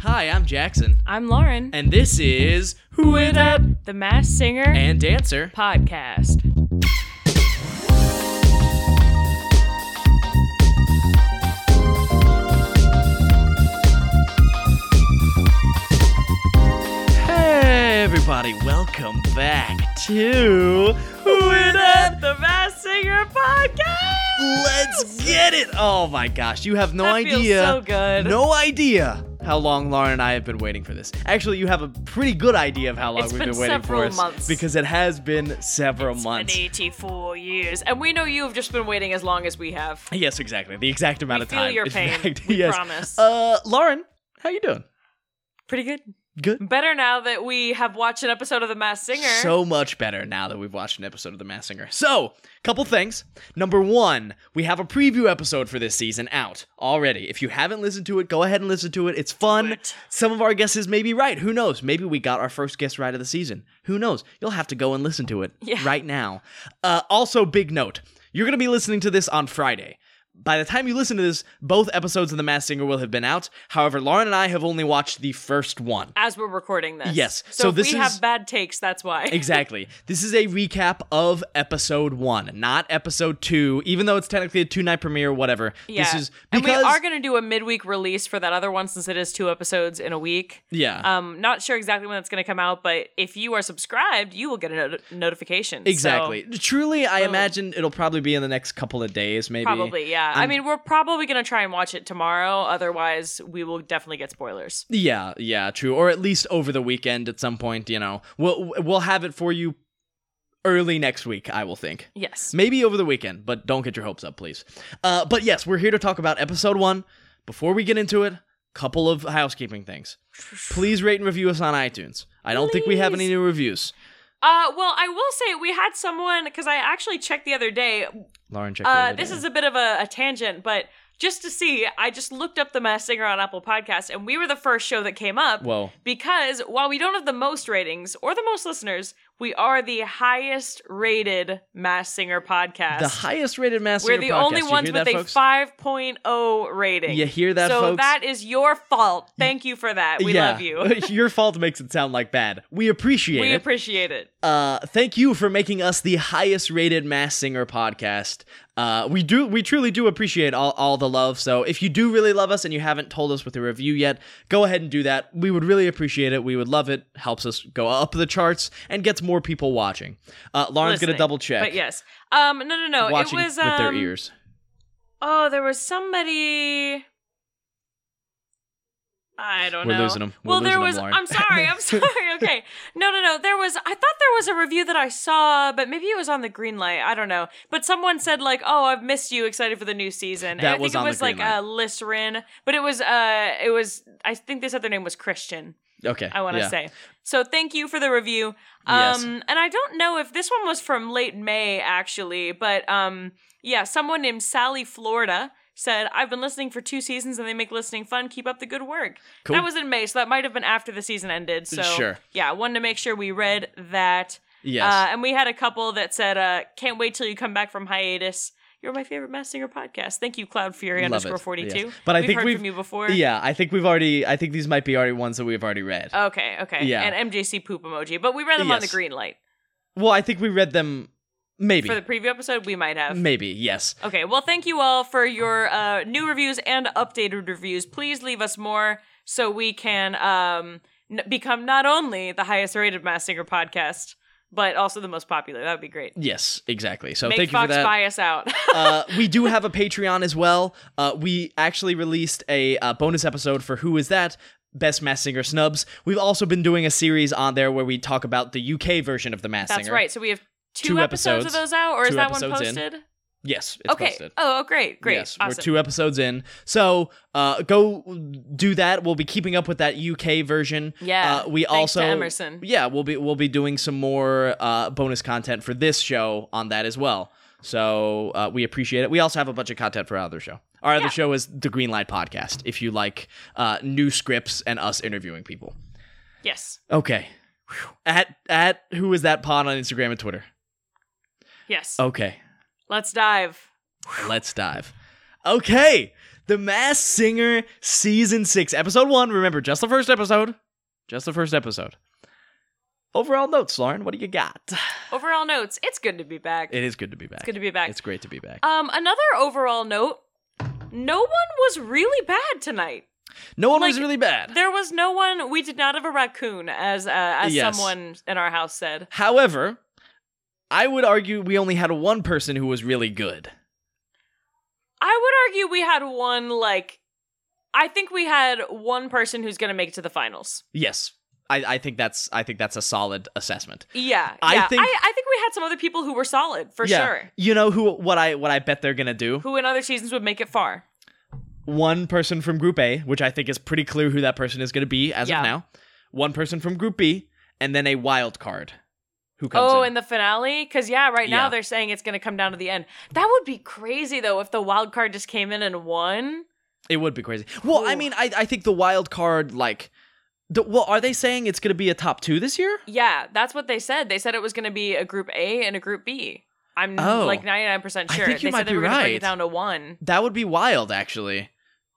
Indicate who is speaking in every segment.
Speaker 1: Hi, I'm Jackson,
Speaker 2: I'm Lauren,
Speaker 1: and this is Who It Up
Speaker 2: the Mass Singer
Speaker 1: and Dancer.
Speaker 2: Podcast.
Speaker 1: Hey, everybody, welcome back to Who It Up.
Speaker 2: The Mass Singer Podcast.
Speaker 1: Let's get it! Oh my gosh, you have no
Speaker 2: that
Speaker 1: idea.
Speaker 2: feels so good.
Speaker 1: No idea how long Lauren and I have been waiting for this. Actually, you have a pretty good idea of how long
Speaker 2: It's
Speaker 1: we've
Speaker 2: been
Speaker 1: been, waiting
Speaker 2: several
Speaker 1: for us
Speaker 2: months.
Speaker 1: because it has been several
Speaker 2: Been
Speaker 1: months.
Speaker 2: 84 years, and we know you have just been waiting as long as we have.
Speaker 1: Yes, exactly. The exact amount of
Speaker 2: feel
Speaker 1: time.
Speaker 2: your
Speaker 1: In
Speaker 2: pain,
Speaker 1: fact,
Speaker 2: we
Speaker 1: yes.
Speaker 2: promise.
Speaker 1: Uh, Lauren, how you doing?
Speaker 2: Pretty good.
Speaker 1: Good.
Speaker 2: Better now that we have watched an episode of The Mass Singer.
Speaker 1: So much better now that we've watched an episode of The Mass Singer. So, couple things. Number one, we have a preview episode for this season out already. If you haven't listened to it, go ahead and listen to it. It's fun.
Speaker 2: it.
Speaker 1: Some of our guesses may be right. Who knows? Maybe we got our first guess right of the season. Who knows? You'll have to go and listen to it
Speaker 2: Yeah.
Speaker 1: right now. Uh, also, big note you're going to be listening to this on Friday. By the time you listen to this, both episodes of The Mass Singer will have been out. However, Lauren and I have only watched the first one.
Speaker 2: as we're recording this.
Speaker 1: Yes,
Speaker 2: So,
Speaker 1: so
Speaker 2: if
Speaker 1: this
Speaker 2: we
Speaker 1: is-
Speaker 2: have bad takes, that's why.
Speaker 1: Exactly. This is a recap of episode one, not episode two, even though it's technically a two night premiere, whatever.
Speaker 2: Yeah.
Speaker 1: This is
Speaker 2: and
Speaker 1: because.
Speaker 2: we are going to do a midweek release for that other one since it is two episodes in a week.
Speaker 1: yeah.
Speaker 2: Um, not sure exactly when that's going to come out, but if you are subscribed, you will get a not- notification. So,
Speaker 1: exactly. Truly, I imagine it'll probably be in the next couple of days, maybe.
Speaker 2: Oh. probably, yeah. i mean, we're probably going to try and watch it tomorrow. Otherwise, we will definitely get spoilers.
Speaker 1: Yeah, yeah, true. Or at least over the weekend at some point, you know. We'll we'll have it for you early next week, I will think.
Speaker 2: Yes.
Speaker 1: Maybe over the weekend, but don't get your hopes up, please. Uh, but yes, we're here to talk about episode one. Before we get into it, couple of housekeeping things. Please rate and review us on iTunes. I don't think we have any
Speaker 2: Please.
Speaker 1: new reviews.
Speaker 2: Uh, well, I will say we had someone, because I actually checked the other day.
Speaker 1: Lauren, check. the
Speaker 2: Uh,
Speaker 1: other
Speaker 2: this
Speaker 1: day.
Speaker 2: is a bit of a, a tangent, but just to see, I just looked up The Mass Singer on Apple Podcasts, and we were the first show that came up.
Speaker 1: whoa.
Speaker 2: because while we don't have the most ratings or the most listeners, we are the highest rated Mass Singer podcast.
Speaker 1: The highest rated master.
Speaker 2: We're the only ones
Speaker 1: you hear
Speaker 2: with
Speaker 1: that, folks?
Speaker 2: a 5.0 rating.
Speaker 1: You hear that,
Speaker 2: so
Speaker 1: folks?
Speaker 2: that is your fault. Thank you for that. We
Speaker 1: Yeah.
Speaker 2: love you.
Speaker 1: Your fault makes it sound like bad. We appreciate
Speaker 2: we
Speaker 1: it.
Speaker 2: appreciate it.
Speaker 1: uh, thank you for making us the highest rated mass singer podcast. Uh, we do, we truly do appreciate all, all the love. So if you do really love us and you haven't told us with a review yet, go ahead and do that. We would really appreciate it. We would love it. Helps us go up the charts and gets more people watching. Uh, Lauren's gonna
Speaker 2: Listening.
Speaker 1: double check.
Speaker 2: But yes. Um no no no.
Speaker 1: watching
Speaker 2: it was
Speaker 1: with
Speaker 2: um,
Speaker 1: their ears.
Speaker 2: Oh, there was somebody I don't
Speaker 1: We're
Speaker 2: know.
Speaker 1: losing 'em. We're
Speaker 2: well, there
Speaker 1: losing 'em,
Speaker 2: was.
Speaker 1: Lauren.
Speaker 2: I'm sorry. I'm sorry. Okay. No, no, no. There was. I thought there was a review that I saw, but maybe it was on the green light. I don't know. But someone said like, "Oh, I've missed you. Excited for the new season."
Speaker 1: That
Speaker 2: and I
Speaker 1: was
Speaker 2: think
Speaker 1: on
Speaker 2: it
Speaker 1: the
Speaker 2: was
Speaker 1: green
Speaker 2: like
Speaker 1: light.
Speaker 2: uh, Lisrin, but it was. Uh, it was. I think they said their name was Christian.
Speaker 1: Okay,
Speaker 2: I want to
Speaker 1: yeah.
Speaker 2: say. So thank you for the review. Um
Speaker 1: Yes.
Speaker 2: and I don't know if this one was from late May actually, but um yeah, someone named Sally Florida said, I've been listening for two seasons and they make listening fun. Keep up the good work.
Speaker 1: Cool.
Speaker 2: That was in May, so that might have been after the season ended. So
Speaker 1: Sure.
Speaker 2: yeah, wanted to make sure we read that.
Speaker 1: Yes.
Speaker 2: Uh, and we had a couple that said, uh, can't wait till you come back from hiatus. You're my favorite Mass Singer podcast. Thank you, Cloud Fury
Speaker 1: Love
Speaker 2: underscore
Speaker 1: it.
Speaker 2: 42.
Speaker 1: Yes. But I
Speaker 2: we've
Speaker 1: think
Speaker 2: heard
Speaker 1: we've-
Speaker 2: from you before.
Speaker 1: yeah, I think we've already. I think these might be already ones that we've already read.
Speaker 2: Okay, okay.
Speaker 1: Yeah.
Speaker 2: And MJC poop emoji. But we read them on the
Speaker 1: Yes.
Speaker 2: green light.
Speaker 1: well, I think we read them. Maybe.
Speaker 2: For the preview episode, we might have.
Speaker 1: maybe. Yes.
Speaker 2: Okay, well, thank you all for your uh, new reviews and updated reviews. Please leave us more so we can um, n- become not only the highest rated Mass Singer podcast, but also the most popular. That would be great.
Speaker 1: Yes. Exactly. So
Speaker 2: Make
Speaker 1: thank you
Speaker 2: Fox
Speaker 1: for that.
Speaker 2: buy us out.
Speaker 1: uh, we do have a Patreon as well. Uh, we actually released a uh, bonus episode for Who Is That? Best Mass Singer Snubs. We've also been doing a series on there where we talk about the UK version of the Mass
Speaker 2: That's
Speaker 1: Singer.
Speaker 2: right. So we have two,
Speaker 1: Two
Speaker 2: episodes, of
Speaker 1: episodes.
Speaker 2: those out, or
Speaker 1: Two
Speaker 2: is that one
Speaker 1: episodes in.
Speaker 2: posted?
Speaker 1: Yes, it's
Speaker 2: okay.
Speaker 1: posted.
Speaker 2: Oh, oh, great, great.
Speaker 1: Yes,
Speaker 2: awesome.
Speaker 1: we're two episodes in. So uh, go do that. We'll be keeping up with that UK version.
Speaker 2: Yeah,
Speaker 1: Uh, we
Speaker 2: thanks to
Speaker 1: also
Speaker 2: Emerson.
Speaker 1: Mm-hmm. Yeah, we'll be we'll be doing some more uh, bonus content for this show on that as well. So uh, we appreciate it. We also have a bunch of content for our other show. Our other
Speaker 2: Yeah.
Speaker 1: show is the Green Light Podcast. If you like uh, new scripts and us interviewing people.
Speaker 2: yes,
Speaker 1: Okay. Whew. At at who is that pod on Instagram and Twitter?
Speaker 2: yes.
Speaker 1: Okay.
Speaker 2: Let's dive.
Speaker 1: Let's dive. Okay. The Mass Singer season six, episode one. Remember, just the first episode. Just the first episode. Overall notes, Lauren. What do you got?
Speaker 2: Overall notes, it's good to be back.
Speaker 1: It is good to be back. It's
Speaker 2: good to be back.
Speaker 1: It's great to be back.
Speaker 2: um, another overall note, no one was really bad tonight.
Speaker 1: no one was
Speaker 2: like,
Speaker 1: really bad.
Speaker 2: There was no one. We did not have a raccoon, as uh, as
Speaker 1: Yes.
Speaker 2: someone in our house said.
Speaker 1: However, I would argue we only had one person who was really good.
Speaker 2: I would argue we had one like. I think we had one person who's going to make it to the finals.
Speaker 1: Yes. I, I think that's I think that's a solid assessment.
Speaker 2: Yeah,
Speaker 1: I
Speaker 2: yeah.
Speaker 1: think-
Speaker 2: I, I think we had some other people who were solid for
Speaker 1: Yeah.
Speaker 2: sure.
Speaker 1: You know who what I what I bet they're gonna do?
Speaker 2: Who in other seasons would make it far?
Speaker 1: One person from group A, which I think is pretty clear who that person is gonna be as
Speaker 2: Yeah.
Speaker 1: of now. One person from group B, and then a wild card who comes
Speaker 2: Oh,
Speaker 1: in.
Speaker 2: in the finale? Because yeah, right now
Speaker 1: Yeah.
Speaker 2: they're saying it's going to come down to the end. That would be crazy though if the wild card just came in and won.
Speaker 1: it would be crazy. Well, I
Speaker 2: Ooh.
Speaker 1: mean, I I think the wild card like the, well, are they saying it's gonna be a top two this year?
Speaker 2: Yeah, that's what they said. They said it was going to be a group A and a group B. I'm
Speaker 1: Oh.
Speaker 2: like 99%
Speaker 1: I
Speaker 2: sure.
Speaker 1: think you
Speaker 2: they
Speaker 1: might
Speaker 2: said they
Speaker 1: be
Speaker 2: were going to bring
Speaker 1: right.
Speaker 2: it down to one.
Speaker 1: That would be wild, actually.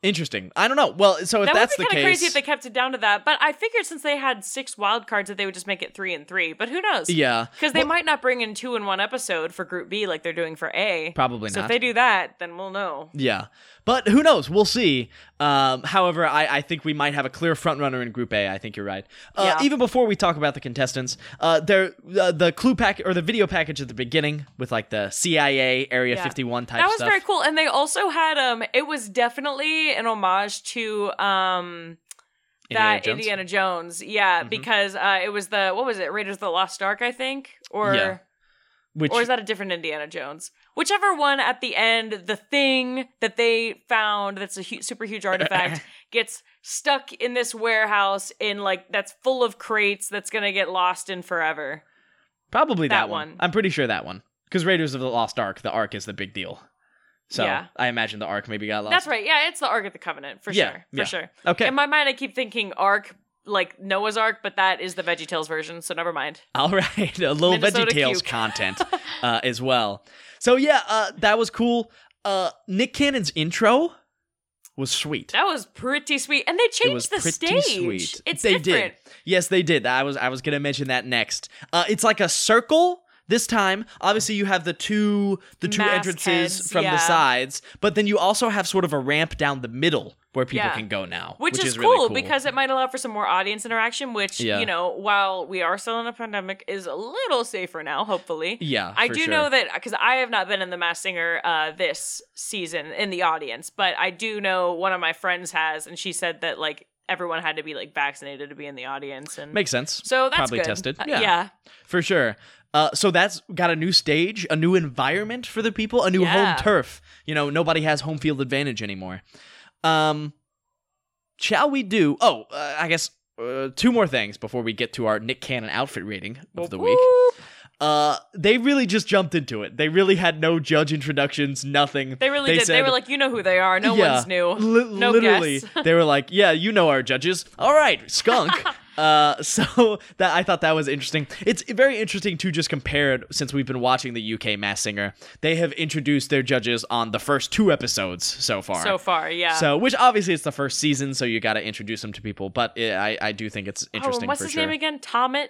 Speaker 1: Interesting. I don't know. Well, so if
Speaker 2: that
Speaker 1: that's
Speaker 2: would be
Speaker 1: the
Speaker 2: kind
Speaker 1: case,
Speaker 2: of crazy if they kept it down to that. But I figured since they had six wild cards that they would just make it three and three. But who knows?
Speaker 1: yeah,
Speaker 2: Because they
Speaker 1: Well-
Speaker 2: might not bring in two in one episode for Group B like they're doing for A.
Speaker 1: probably
Speaker 2: So
Speaker 1: not.
Speaker 2: if they do that, then we'll know.
Speaker 1: Yeah, but who knows? We'll see. Um, however, I, I think we might have a clear front runner in Group A. I think you're right. Uh,
Speaker 2: Yeah.
Speaker 1: Even before we talk about the contestants, uh, there uh, the clue pack or the video package at the beginning with like the CIA Area
Speaker 2: Yeah.
Speaker 1: 51 type
Speaker 2: That was
Speaker 1: stuff.
Speaker 2: very cool. And they also had um it was definitely an homage to um
Speaker 1: Indiana
Speaker 2: that
Speaker 1: Jones.
Speaker 2: Indiana Jones. Yeah,
Speaker 1: Mhm.
Speaker 2: because uh it was the what was it? Raiders of the Lost Ark, I think? Or
Speaker 1: Yeah. which
Speaker 2: or is that a different Indiana Jones? Whichever one at the end, the thing that they found that's a hu- super huge artifact gets stuck in this warehouse in like that's full of crates that's gonna get lost in forever.
Speaker 1: probably that,
Speaker 2: that
Speaker 1: one.
Speaker 2: one.
Speaker 1: I'm pretty sure that one because Raiders of the Lost Ark. The Ark is the big deal. So
Speaker 2: Yeah.
Speaker 1: I imagine the Ark maybe got lost.
Speaker 2: That's right. Yeah, it's the Ark of the Covenant for
Speaker 1: Yeah,
Speaker 2: sure. For
Speaker 1: yeah.
Speaker 2: sure.
Speaker 1: Okay.
Speaker 2: In my mind, I keep thinking Ark, like Noah's Ark, but that is the VeggieTales version, so never mind.
Speaker 1: All right, a little
Speaker 2: Minnesota
Speaker 1: VeggieTales
Speaker 2: Cuke.
Speaker 1: content uh, as well. So yeah, uh, that was cool. Uh, Nick Cannon's intro was sweet.
Speaker 2: That was pretty sweet, and they
Speaker 1: it was
Speaker 2: changed the
Speaker 1: pretty
Speaker 2: stage.
Speaker 1: sweet.
Speaker 2: It's
Speaker 1: they
Speaker 2: different.
Speaker 1: did. Yes, they did. I was I was gonna mention that next. Uh, it's like a circle this time. Obviously, you have the two the two
Speaker 2: Mask
Speaker 1: entrances
Speaker 2: heads,
Speaker 1: from the
Speaker 2: yeah.
Speaker 1: sides, but then you also have sort of a ramp down the middle where people
Speaker 2: Yeah.
Speaker 1: can go now,
Speaker 2: Which, is,
Speaker 1: really
Speaker 2: cool, because it might allow for some more audience interaction, which
Speaker 1: Yeah.
Speaker 2: you know, while we are still in a pandemic, is a little safer now. Hopefully,
Speaker 1: yeah,
Speaker 2: I
Speaker 1: for
Speaker 2: do
Speaker 1: sure.
Speaker 2: know that because I have not been in the Mass Singer uh, this season in the audience, but I do know one of my friends has, and she said that like everyone had to be like vaccinated to be in the audience, and
Speaker 1: makes sense.
Speaker 2: so that's
Speaker 1: probably
Speaker 2: good.
Speaker 1: tested.
Speaker 2: Uh,
Speaker 1: Yeah.
Speaker 2: yeah,
Speaker 1: For sure. Uh, so that's got a new stage, a new environment for the people, a new
Speaker 2: Yeah.
Speaker 1: home turf. You know, nobody has home field advantage anymore. Um, shall we do? Oh, uh, I guess uh, two more things before we get to our Nick Cannon outfit rating of the week.
Speaker 2: Whoop.
Speaker 1: Uh, they really just jumped into it. They really had no judge introductions, nothing.
Speaker 2: They really did. they
Speaker 1: said-
Speaker 2: were like, you know who they are. No
Speaker 1: Yeah.
Speaker 2: one's new.
Speaker 1: Li-
Speaker 2: no
Speaker 1: literally,
Speaker 2: guess.
Speaker 1: they were like, "Yeah, you know our judges. All right, skunk." uh, so that I thought that was interesting. It's very interesting to just compare it since we've been watching the UK Mass Singer. They have introduced their judges on the first two episodes so far.
Speaker 2: So far, yeah. Oh,
Speaker 1: So, which obviously it's the first season, so you got to introduce them to people. But i I, I do think it's
Speaker 2: Oh, and
Speaker 1: interesting
Speaker 2: what's
Speaker 1: for
Speaker 2: his
Speaker 1: sure.
Speaker 2: name again? Tomit?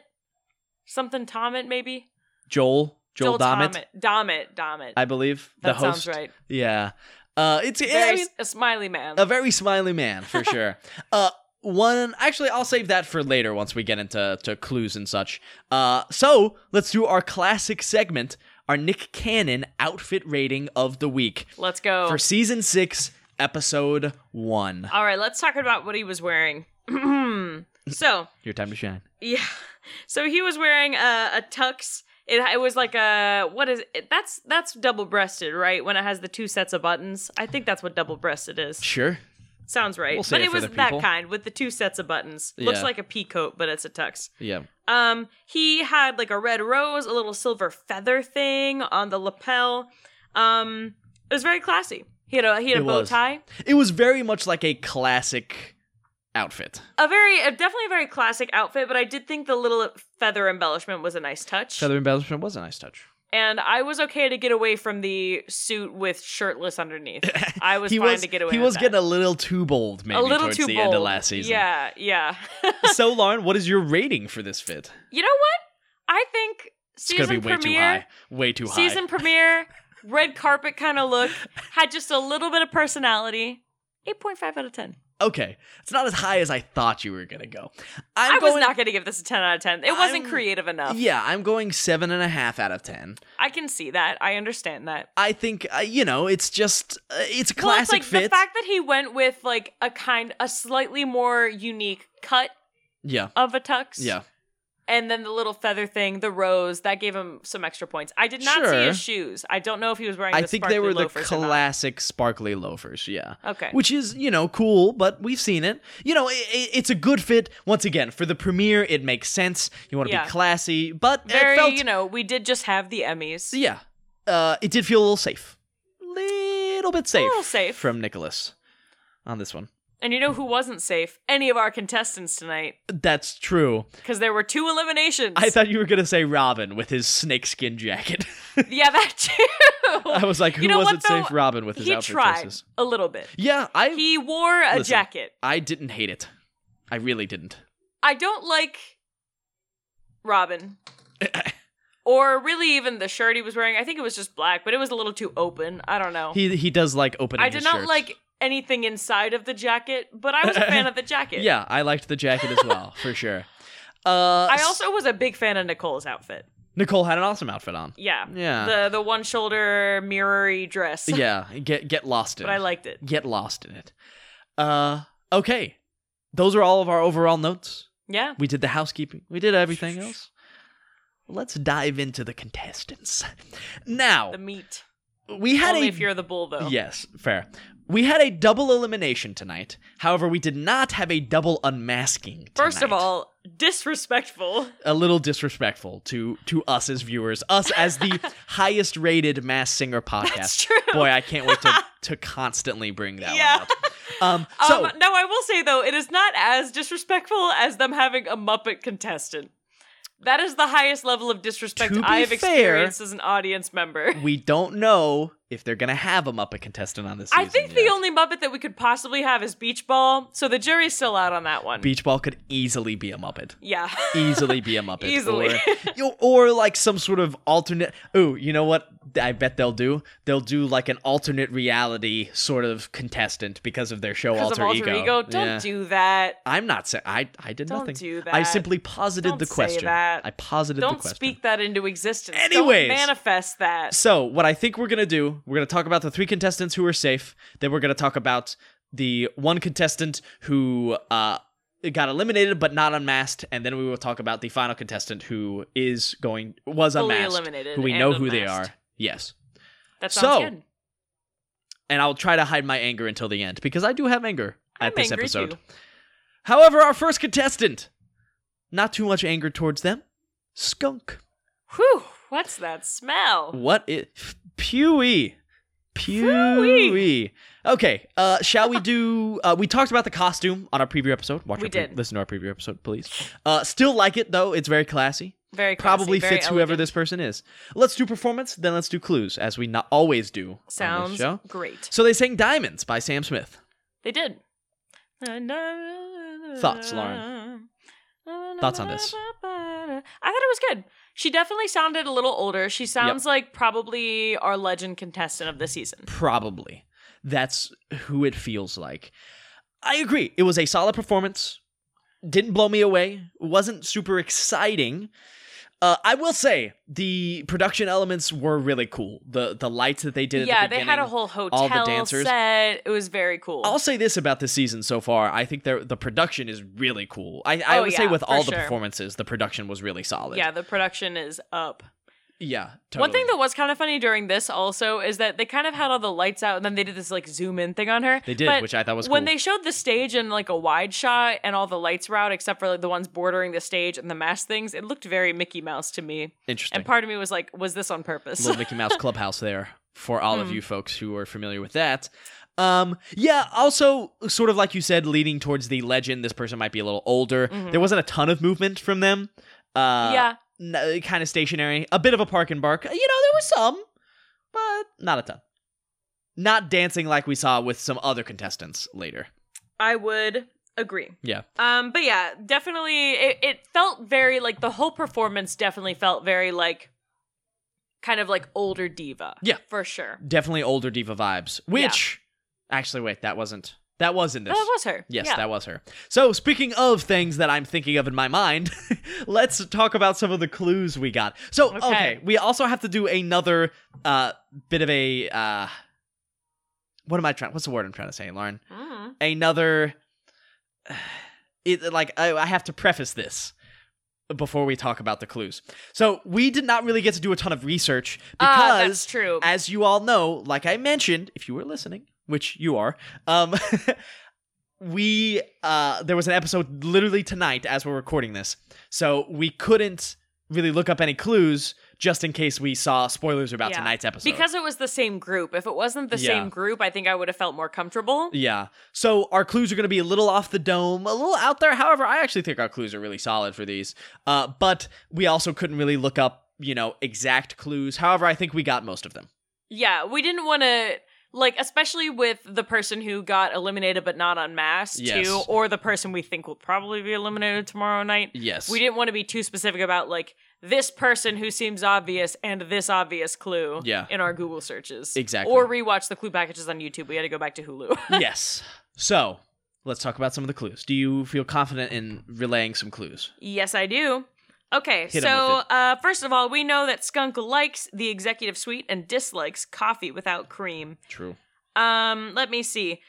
Speaker 2: Something Tomit, maybe?
Speaker 1: Joel, Joel, Dommett,
Speaker 2: Domit. Domit.
Speaker 1: I believe
Speaker 2: that
Speaker 1: the host.
Speaker 2: sounds right.
Speaker 1: Yeah, uh, it's yeah, I
Speaker 2: Very,
Speaker 1: mean-
Speaker 2: s- a smiley man.
Speaker 1: a very smiley man for sure. uh, one actually, I'll save that for later once we get into to clues and such. Uh, so let's do our classic segment, our Nick Cannon outfit rating of the week
Speaker 2: Let's go.
Speaker 1: for season six, episode one.
Speaker 2: All right, let's talk about what he was wearing. so,
Speaker 1: Your time to shine.
Speaker 2: yeah. So he was wearing a, a tux. It, it was like a what is it? That's that's double breasted, right? When it has the two sets of buttons, I think that's what double breasted is.
Speaker 1: Sure.
Speaker 2: Sounds right.
Speaker 1: We'll say
Speaker 2: but
Speaker 1: it
Speaker 2: it
Speaker 1: for
Speaker 2: was
Speaker 1: the
Speaker 2: that
Speaker 1: people.
Speaker 2: kind with the two sets of buttons. Looks
Speaker 1: Yeah.
Speaker 2: like a pea coat, but it's a tux.
Speaker 1: Yeah.
Speaker 2: Um, he had like a red rose, a little silver feather thing on the lapel. Um, it was very classy. He had a he had
Speaker 1: It
Speaker 2: a bow
Speaker 1: was.
Speaker 2: tie.
Speaker 1: It was very much like a classic outfit.
Speaker 2: A very a, definitely a very classic outfit, but I did think the little feather embellishment was a nice touch.
Speaker 1: Feather embellishment was a nice touch.
Speaker 2: and I was okay to get away from the suit with shirtless underneath. I was
Speaker 1: he
Speaker 2: fine
Speaker 1: was
Speaker 2: to get away.
Speaker 1: he
Speaker 2: with
Speaker 1: was
Speaker 2: that.
Speaker 1: getting a little too bold, maybe
Speaker 2: a little
Speaker 1: towards
Speaker 2: too
Speaker 1: the
Speaker 2: bold.
Speaker 1: end of last season.
Speaker 2: Yeah, yeah.
Speaker 1: so, Lauren, what is your rating for this fit?
Speaker 2: you know what? I think
Speaker 1: It's gonna
Speaker 2: season
Speaker 1: be way too
Speaker 2: premiere,
Speaker 1: high, way too high.
Speaker 2: season premiere, red carpet kind of look, had just a little bit of personality. Eight point five out of ten.
Speaker 1: Okay, it's not as high as I thought you were gonna go.
Speaker 2: i
Speaker 1: I'm
Speaker 2: was
Speaker 1: going,
Speaker 2: not going to give this a ten out of ten. It wasn't
Speaker 1: I'm-
Speaker 2: creative enough.
Speaker 1: Yeah, I'm going seven and a half out of ten.
Speaker 2: I can see that. I understand that.
Speaker 1: I think uh, you know, it's just uh, it's a
Speaker 2: Well,
Speaker 1: classic
Speaker 2: it's like
Speaker 1: fit.
Speaker 2: the fact that he went with like a kind, a slightly more unique cut
Speaker 1: yeah,
Speaker 2: of a tux.
Speaker 1: yeah.
Speaker 2: And then the little feather thing, the rose, that gave him some extra points. I did not see
Speaker 1: Sure.
Speaker 2: his shoes. I don't know if he was wearing.
Speaker 1: I
Speaker 2: the
Speaker 1: think they were
Speaker 2: sparkly
Speaker 1: the
Speaker 2: loafers or not.
Speaker 1: classic sparkly loafers. Yeah.
Speaker 2: Okay.
Speaker 1: Which is, you know, cool, but we've seen it. You know, i i it's a good fit. Once again, for the premiere, it makes sense. You want to
Speaker 2: Yeah.
Speaker 1: be classy, but
Speaker 2: Very,
Speaker 1: it felt,
Speaker 2: you know, we did just have the Emmys.
Speaker 1: yeah, uh, it did feel a little safe, little bit safe,
Speaker 2: little safe.
Speaker 1: from Nicholas on this one.
Speaker 2: And you know who wasn't safe? Any of our contestants tonight,
Speaker 1: That's true.
Speaker 2: because there were two eliminations.
Speaker 1: I thought you were gonna say Robin with his snakeskin jacket.
Speaker 2: yeah, that too.
Speaker 1: I was like, who
Speaker 2: You know what,
Speaker 1: wasn't
Speaker 2: though?
Speaker 1: safe? Robin with his
Speaker 2: he
Speaker 1: outfit
Speaker 2: tried
Speaker 1: choices.
Speaker 2: a little bit.
Speaker 1: Yeah, I
Speaker 2: He wore a
Speaker 1: Listen.
Speaker 2: jacket.
Speaker 1: I didn't hate it. I really didn't.
Speaker 2: I don't like Robin. or really even the shirt he was wearing. I think it was just black, but it was a little too open. I don't know.
Speaker 1: He he does like opening.
Speaker 2: I did
Speaker 1: his
Speaker 2: not
Speaker 1: shirts.
Speaker 2: like anything inside of the jacket, but I was a fan of the jacket.
Speaker 1: Yeah, I liked the jacket as well, for sure. Uh,
Speaker 2: I also was a big fan of Nicole's outfit.
Speaker 1: Nicole had an awesome outfit on.
Speaker 2: Yeah.
Speaker 1: Yeah.
Speaker 2: The the one shoulder mirrory dress.
Speaker 1: Uh. yeah, get get lost in
Speaker 2: but
Speaker 1: it.
Speaker 2: I liked it.
Speaker 1: get lost in it. Uh, okay, those are all of our overall notes.
Speaker 2: Yeah.
Speaker 1: We did the housekeeping. We did everything else. Let's dive into the contestants. Now
Speaker 2: The meat.
Speaker 1: we had
Speaker 2: Only
Speaker 1: a
Speaker 2: if you're the bull though.
Speaker 1: Yes, fair. We had a double elimination tonight. However, we did not have a double unmasking.
Speaker 2: First of
Speaker 1: tonight.
Speaker 2: all, disrespectful.
Speaker 1: a little disrespectful to to us as viewers, us as the highest rated Mass Singer podcast.
Speaker 2: That's true.
Speaker 1: Boy, I can't wait to to constantly bring that
Speaker 2: Yeah.
Speaker 1: one up. Um, so
Speaker 2: um, no, I will say though, it is not as disrespectful as them having a Muppet contestant. That is the highest level of disrespect
Speaker 1: To be
Speaker 2: I have
Speaker 1: fair-
Speaker 2: experienced as an audience member.
Speaker 1: we don't know if they're gonna have a Muppet contestant on this.
Speaker 2: I
Speaker 1: season
Speaker 2: think the
Speaker 1: yet.
Speaker 2: only Muppet that we could possibly have is Beach Ball, so the jury's still out on that one.
Speaker 1: Beach Ball could easily be a Muppet.
Speaker 2: yeah.
Speaker 1: Easily be a Muppet.
Speaker 2: Easily.
Speaker 1: Or, you- or like some sort of alternate. Ooh, you know what? I bet they'll do. They'll do like an alternate reality sort of contestant because of their show
Speaker 2: Because of
Speaker 1: alter,
Speaker 2: alter ego. Don't
Speaker 1: Yeah.
Speaker 2: do that.
Speaker 1: I'm not saying I. I did
Speaker 2: Don't
Speaker 1: nothing.
Speaker 2: do
Speaker 1: I
Speaker 2: that.
Speaker 1: simply posited
Speaker 2: Don't
Speaker 1: the
Speaker 2: say
Speaker 1: question.
Speaker 2: that.
Speaker 1: I posited the
Speaker 2: Don't
Speaker 1: question.
Speaker 2: speak that into existence.
Speaker 1: Anyways.
Speaker 2: Don't manifest that.
Speaker 1: So what I think we're gonna do, we're gonna talk about the three contestants who are safe. Then we're gonna talk about the one contestant who uh got eliminated but not unmasked, and then we will talk about the final contestant who is going was
Speaker 2: Fully
Speaker 1: unmasked,
Speaker 2: eliminated
Speaker 1: who we
Speaker 2: and
Speaker 1: know who they
Speaker 2: unmasked.
Speaker 1: are. Yes,
Speaker 2: That sounds
Speaker 1: So,
Speaker 2: good.
Speaker 1: and I'll try to hide my anger until the end because I do have anger
Speaker 2: I'm
Speaker 1: at this
Speaker 2: angry
Speaker 1: episode.
Speaker 2: too.
Speaker 1: However, our first contestant, not too much anger towards them, skunk.
Speaker 2: Whew, what's that smell?
Speaker 1: What is Pewee? Pewee. Okay. Uh, shall we do? Uh, we talked about the costume on our preview episode. Watch
Speaker 2: We
Speaker 1: our pre-
Speaker 2: did.
Speaker 1: Listen to our preview episode, please. Uh, still like it though. It's very classy.
Speaker 2: Very classy,
Speaker 1: Probably
Speaker 2: very
Speaker 1: fits whoever
Speaker 2: elegant.
Speaker 1: this person is. Let's do performance, then let's do clues, as we not always do on this
Speaker 2: sounds
Speaker 1: show.
Speaker 2: great.
Speaker 1: So they sang "Diamonds" by Sam Smith.
Speaker 2: They did.
Speaker 1: Thoughts, Lauren? Thoughts on this?
Speaker 2: I thought it was good. She definitely sounded a little older. She sounds like probably our legend contestant of the season.
Speaker 1: Probably. That's who it feels like. I agree. It was a solid performance. Didn't blow me away. Wasn't super exciting. Uh, I will say the production elements were really cool. The the lights that they did. at
Speaker 2: yeah,
Speaker 1: the
Speaker 2: they had a
Speaker 1: beginning.
Speaker 2: whole hotel
Speaker 1: all the dancers.
Speaker 2: set. It was very cool.
Speaker 1: I'll say this about this season so far. I think the the production is really cool. I, I
Speaker 2: Oh,
Speaker 1: would
Speaker 2: yeah,
Speaker 1: say with
Speaker 2: for
Speaker 1: all the
Speaker 2: sure.
Speaker 1: performances, the production was really solid.
Speaker 2: yeah, the production is up.
Speaker 1: yeah. Totally.
Speaker 2: One thing that was kind of funny during this also is that they kind of had all the lights out and then they did this like zoom in thing on her.
Speaker 1: They did,
Speaker 2: But
Speaker 1: which I thought was
Speaker 2: when
Speaker 1: cool.
Speaker 2: they showed the stage in like a wide shot and all the lights were out except for like the ones bordering the stage and the mask things. It looked very Mickey Mouse to me.
Speaker 1: interesting.
Speaker 2: And part of me was like, was this on purpose?
Speaker 1: Little Mickey Mouse Clubhouse there for all
Speaker 2: Hmm.
Speaker 1: of you folks who are familiar with that. Um, yeah, also, sort of like you said, leading towards the legend, this person might be a little older. There wasn't a ton of movement from them. Uh,
Speaker 2: Mm-hmm. yeah,
Speaker 1: n- kind of stationary. A bit of a park and bark. You know, there was some, but not a ton. Not dancing like we saw with some other contestants later.
Speaker 2: I would agree.
Speaker 1: Yeah.
Speaker 2: Um, but yeah, definitely it, it felt very like the whole performance definitely felt very like kind of like older diva.
Speaker 1: Yeah.
Speaker 2: For sure.
Speaker 1: Definitely older diva vibes. Which, actually, wait, that wasn't. That was in
Speaker 2: No,
Speaker 1: this.
Speaker 2: that was her.
Speaker 1: Yes,
Speaker 2: yeah.
Speaker 1: that was her. So, speaking of things that I'm thinking of in my mind, let's talk about some of the clues we got. So, okay,
Speaker 2: Okay.
Speaker 1: we also have to do another uh, bit of a. Uh, what am I trying? What's the word I'm trying to say, Lauren?
Speaker 2: Mm.
Speaker 1: Another. It, like, I, I have to preface this before we talk about the clues. So, we did not really get to do a ton of research
Speaker 2: Ah,
Speaker 1: because
Speaker 2: that's true.
Speaker 1: as you all know, like I mentioned, if you were listening, which you are, um, we uh, there was an episode literally tonight as we're recording this, so we couldn't really look up any clues just in case we saw spoilers about
Speaker 2: Yeah.
Speaker 1: tonight's episode.
Speaker 2: because it was the same group. If it wasn't the
Speaker 1: Yeah.
Speaker 2: same group, I think I would have felt more comfortable.
Speaker 1: yeah, so our clues are going to be a little off the dome, a little out there. However, I actually think our clues are really solid for these, uh, but we also couldn't really look up you know exact clues. However, I think we got most of them.
Speaker 2: Yeah, we didn't want to like especially with the person who got eliminated but not unmasked
Speaker 1: Yes.
Speaker 2: too or the person we think will probably be eliminated tomorrow night.
Speaker 1: Yes,
Speaker 2: We didn't want to be too specific about like this person who seems obvious and this obvious clue
Speaker 1: Yeah.
Speaker 2: in our Google searches.
Speaker 1: Exactly.
Speaker 2: Or rewatch the clue packages on YouTube. We had to go back to Hulu.
Speaker 1: yes. So let's talk about some of the clues. Do you feel confident in relaying some clues?
Speaker 2: yes, I do. Okay,
Speaker 1: Hit 'em
Speaker 2: so
Speaker 1: with
Speaker 2: uh, first of all, we know that Skunk likes the executive suite and dislikes coffee without cream.
Speaker 1: True.
Speaker 2: Um, let me see.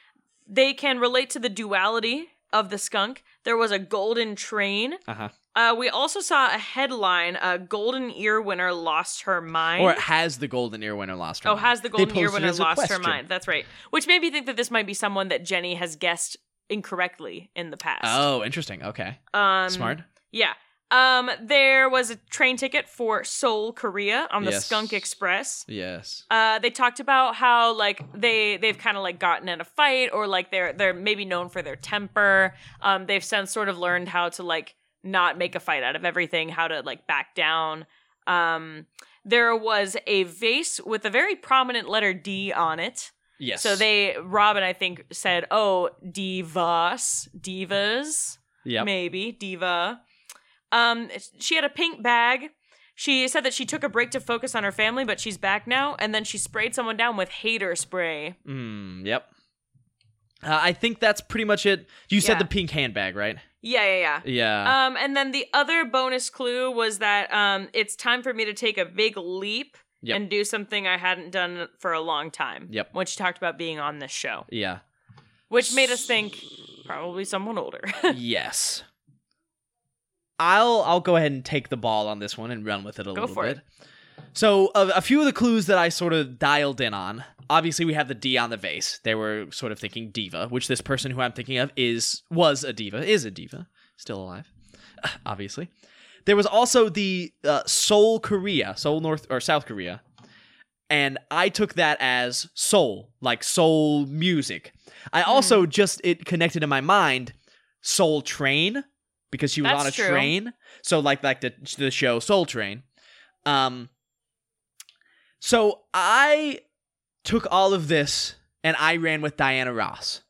Speaker 2: They can relate to the duality of the skunk. There was a golden train.
Speaker 1: Uh huh.
Speaker 2: Uh, we also saw a headline: "A golden ear winner lost her mind."
Speaker 1: Or has the golden ear winner lost her
Speaker 2: Oh,
Speaker 1: mind?
Speaker 2: has the
Speaker 1: They
Speaker 2: golden ear
Speaker 1: posed it
Speaker 2: winner
Speaker 1: as a
Speaker 2: lost her
Speaker 1: question.
Speaker 2: mind? That's right. Which made me think that this might be someone that Jenny has guessed incorrectly in the past.
Speaker 1: Oh, interesting. Okay.
Speaker 2: um,
Speaker 1: Smart.
Speaker 2: Yeah. Um, there was a train ticket for Seoul, Korea, on the
Speaker 1: Yes.
Speaker 2: Skunk Express.
Speaker 1: Yes.
Speaker 2: Uh, they talked about how like they they've kind of like gotten in a fight or like they're they're maybe known for their temper. Um, they've since sort of learned how to like not make a fight out of everything, how to like back down. Um, there was a vase with a very prominent letter D on it.
Speaker 1: Yes.
Speaker 2: So they Robin I think said, "Oh, divas, divas."
Speaker 1: Yep.
Speaker 2: maybe diva um she had a pink bag she said that she took a break to focus on her family but she's back now and then she sprayed someone down with hater spray
Speaker 1: Mm, yep. Uh, I think that's pretty much it. You said
Speaker 2: Yeah.
Speaker 1: the pink handbag, right?
Speaker 2: yeah yeah yeah
Speaker 1: Yeah.
Speaker 2: um and then the other bonus clue was that um it's time for me to take a big leap
Speaker 1: Yep.
Speaker 2: and do something i hadn't done for a long time
Speaker 1: Yep.
Speaker 2: when she talked about being on this show
Speaker 1: yeah.
Speaker 2: which made us think probably someone older
Speaker 1: yes. I'll I'll go ahead and take the ball on this one and run with it a little
Speaker 2: for
Speaker 1: bit. So a, a few of the clues that I sort of dialed in on. Obviously, we have the D on the vase. They were sort of thinking diva, which this person who I'm thinking of is was a diva, is a diva, still alive, obviously. There was also the uh, Seoul, Korea, Seoul North or South Korea, and I took that as soul, like soul music. I also just it connected in my mind Soul Train because she was
Speaker 2: That's
Speaker 1: on a
Speaker 2: true.
Speaker 1: train. So like like the the show Soul Train. Um so I took all of this and I ran with Diana Ross.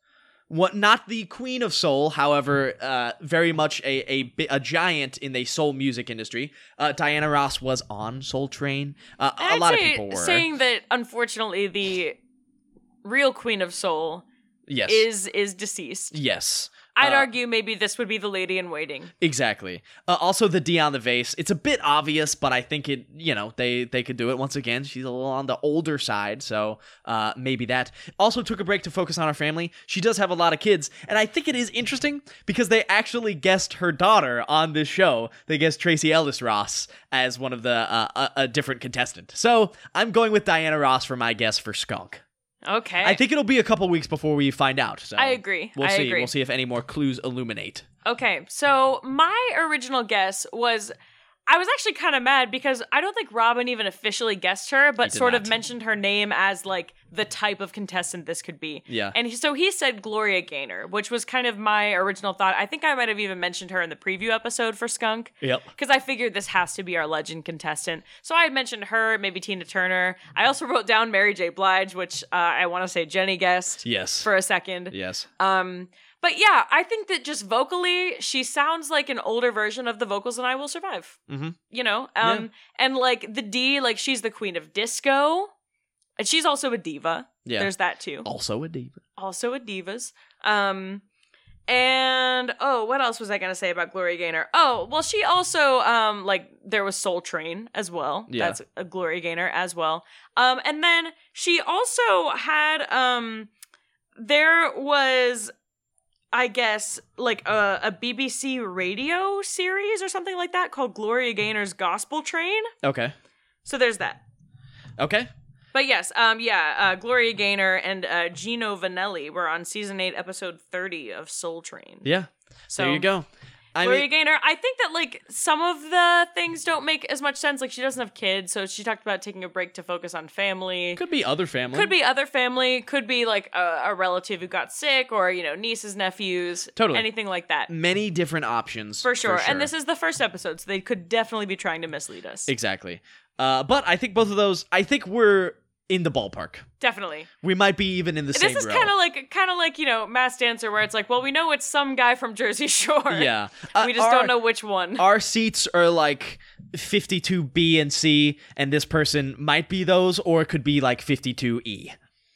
Speaker 1: What not the queen of soul, however, uh, very much a, a bi- a giant in the soul music industry. Uh, Diana Ross was on Soul Train. Uh, a
Speaker 2: I'd
Speaker 1: lot of
Speaker 2: say-
Speaker 1: people were.
Speaker 2: saying that unfortunately the real queen of soul
Speaker 1: yes.
Speaker 2: is is deceased
Speaker 1: yes.
Speaker 2: I'd
Speaker 1: Uh,
Speaker 2: argue maybe this would be the lady in waiting.
Speaker 1: Exactly. Uh, also, the D on the vase. It's a bit obvious, but I think it. You know, they they could do it once again. She's a little on the older side, so uh, maybe that. Also, took a break to focus on her family. She does have a lot of kids, and I think it is interesting because they actually guessed her daughter on this show. They guessed Tracy Ellis Ross as one of the uh, a, a different contestant. So I'm going with Diana Ross for my guess for Skunk.
Speaker 2: Okay.
Speaker 1: I think it'll be a couple weeks before we find out. So
Speaker 2: I agree.
Speaker 1: We'll
Speaker 2: I
Speaker 1: see.
Speaker 2: agree.
Speaker 1: We'll see if any more clues illuminate.
Speaker 2: Okay. So my original guess was I was actually kind of mad because I don't think Robin even officially guessed her,
Speaker 1: He
Speaker 2: but
Speaker 1: did
Speaker 2: sort of
Speaker 1: not.
Speaker 2: mentioned her name as like the type of contestant this could be.
Speaker 1: Yeah.
Speaker 2: And he- so he said Gloria Gaynor, which was kind of my original thought. I think I might have even mentioned her in the preview episode for Skunk.
Speaker 1: Yep.
Speaker 2: Because I figured this has to be our legend contestant. So I had mentioned her, maybe Tina Turner. I also wrote down Mary J. Blige, which uh, I want to say Jenny guessed
Speaker 1: Yes.
Speaker 2: for a second.
Speaker 1: yes.
Speaker 2: Um, but yeah, I think that just vocally, she sounds like an older version of the vocals in I Will Survive.
Speaker 1: Mhm.
Speaker 2: You know? Um, And like the D, like she's the queen of disco. And she's also a diva.
Speaker 1: Yeah.
Speaker 2: There's that too.
Speaker 1: also a diva.
Speaker 2: Also a divas. Um, and oh, what else was I going to say about Gloria Gaynor? Oh, well, she also, um, like there was Soul Train as well.
Speaker 1: Yeah.
Speaker 2: That's a Gloria Gaynor as well. Um, and then she also had, um, there was i guess like a, a bbc radio series or something like that called gloria gaynor's gospel train
Speaker 1: Okay.
Speaker 2: so there's that
Speaker 1: Okay.
Speaker 2: but yes um yeah uh, gloria gaynor and uh, gino vanelli were on season 8 episode 30 of soul train
Speaker 1: Yeah.
Speaker 2: so
Speaker 1: there you go. I
Speaker 2: gloria
Speaker 1: mean,
Speaker 2: gaynor i think that like some of the things don't make as much sense like she doesn't have kids so she talked about taking a break to focus on family
Speaker 1: could be other family.
Speaker 2: could be other family could be like a, a relative who got sick or you know nieces nephews
Speaker 1: Totally.
Speaker 2: anything like that
Speaker 1: many different options
Speaker 2: for sure. and this is the first episode so they could definitely be trying to mislead us
Speaker 1: exactly. Uh, but I think both of those. I think we're in the ballpark.
Speaker 2: definitely
Speaker 1: We might be even in the same.
Speaker 2: this is
Speaker 1: row.
Speaker 2: kind of like kind of like you know mass dancer where it's like well we know it's some guy from jersey shore
Speaker 1: yeah. Uh,
Speaker 2: we just
Speaker 1: our-
Speaker 2: don't know which one
Speaker 1: Our seats are like 52B and C, and this person might be those, or it could be like 52E,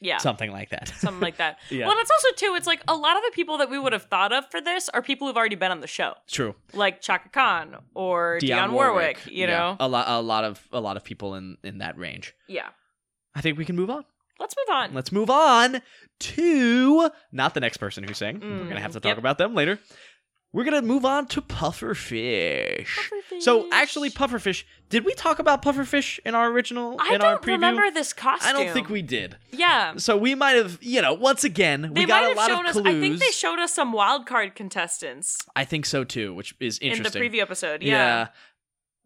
Speaker 2: yeah
Speaker 1: something like that.
Speaker 2: something like that
Speaker 1: Yeah.
Speaker 2: well and it's also too it's like a lot of the people that we would have thought of for this are people who've already been on the show
Speaker 1: True.
Speaker 2: like chaka khan or dionne warwick,
Speaker 1: Yeah.
Speaker 2: you know
Speaker 1: a lot, a lot of, a lot of people in in that range.
Speaker 2: yeah
Speaker 1: I think we can move on.
Speaker 2: let's move on
Speaker 1: Let's move on to not the next person who sang. We're
Speaker 2: Mm,
Speaker 1: gonna have to talk
Speaker 2: yep.
Speaker 1: about them later. We're gonna move on to pufferfish. So actually, pufferfish. Did we talk about pufferfish in our original
Speaker 2: I
Speaker 1: in our
Speaker 2: don't
Speaker 1: preview?
Speaker 2: remember this costume.
Speaker 1: I don't think we did.
Speaker 2: Yeah,
Speaker 1: So we might have, you know, once again,
Speaker 2: they
Speaker 1: we got
Speaker 2: might
Speaker 1: a
Speaker 2: have
Speaker 1: lot
Speaker 2: shown
Speaker 1: of
Speaker 2: us.
Speaker 1: clues.
Speaker 2: I think they showed us some wild card contestants
Speaker 1: I think so too, which is
Speaker 2: in the
Speaker 1: interesting.
Speaker 2: preview episode. Yeah,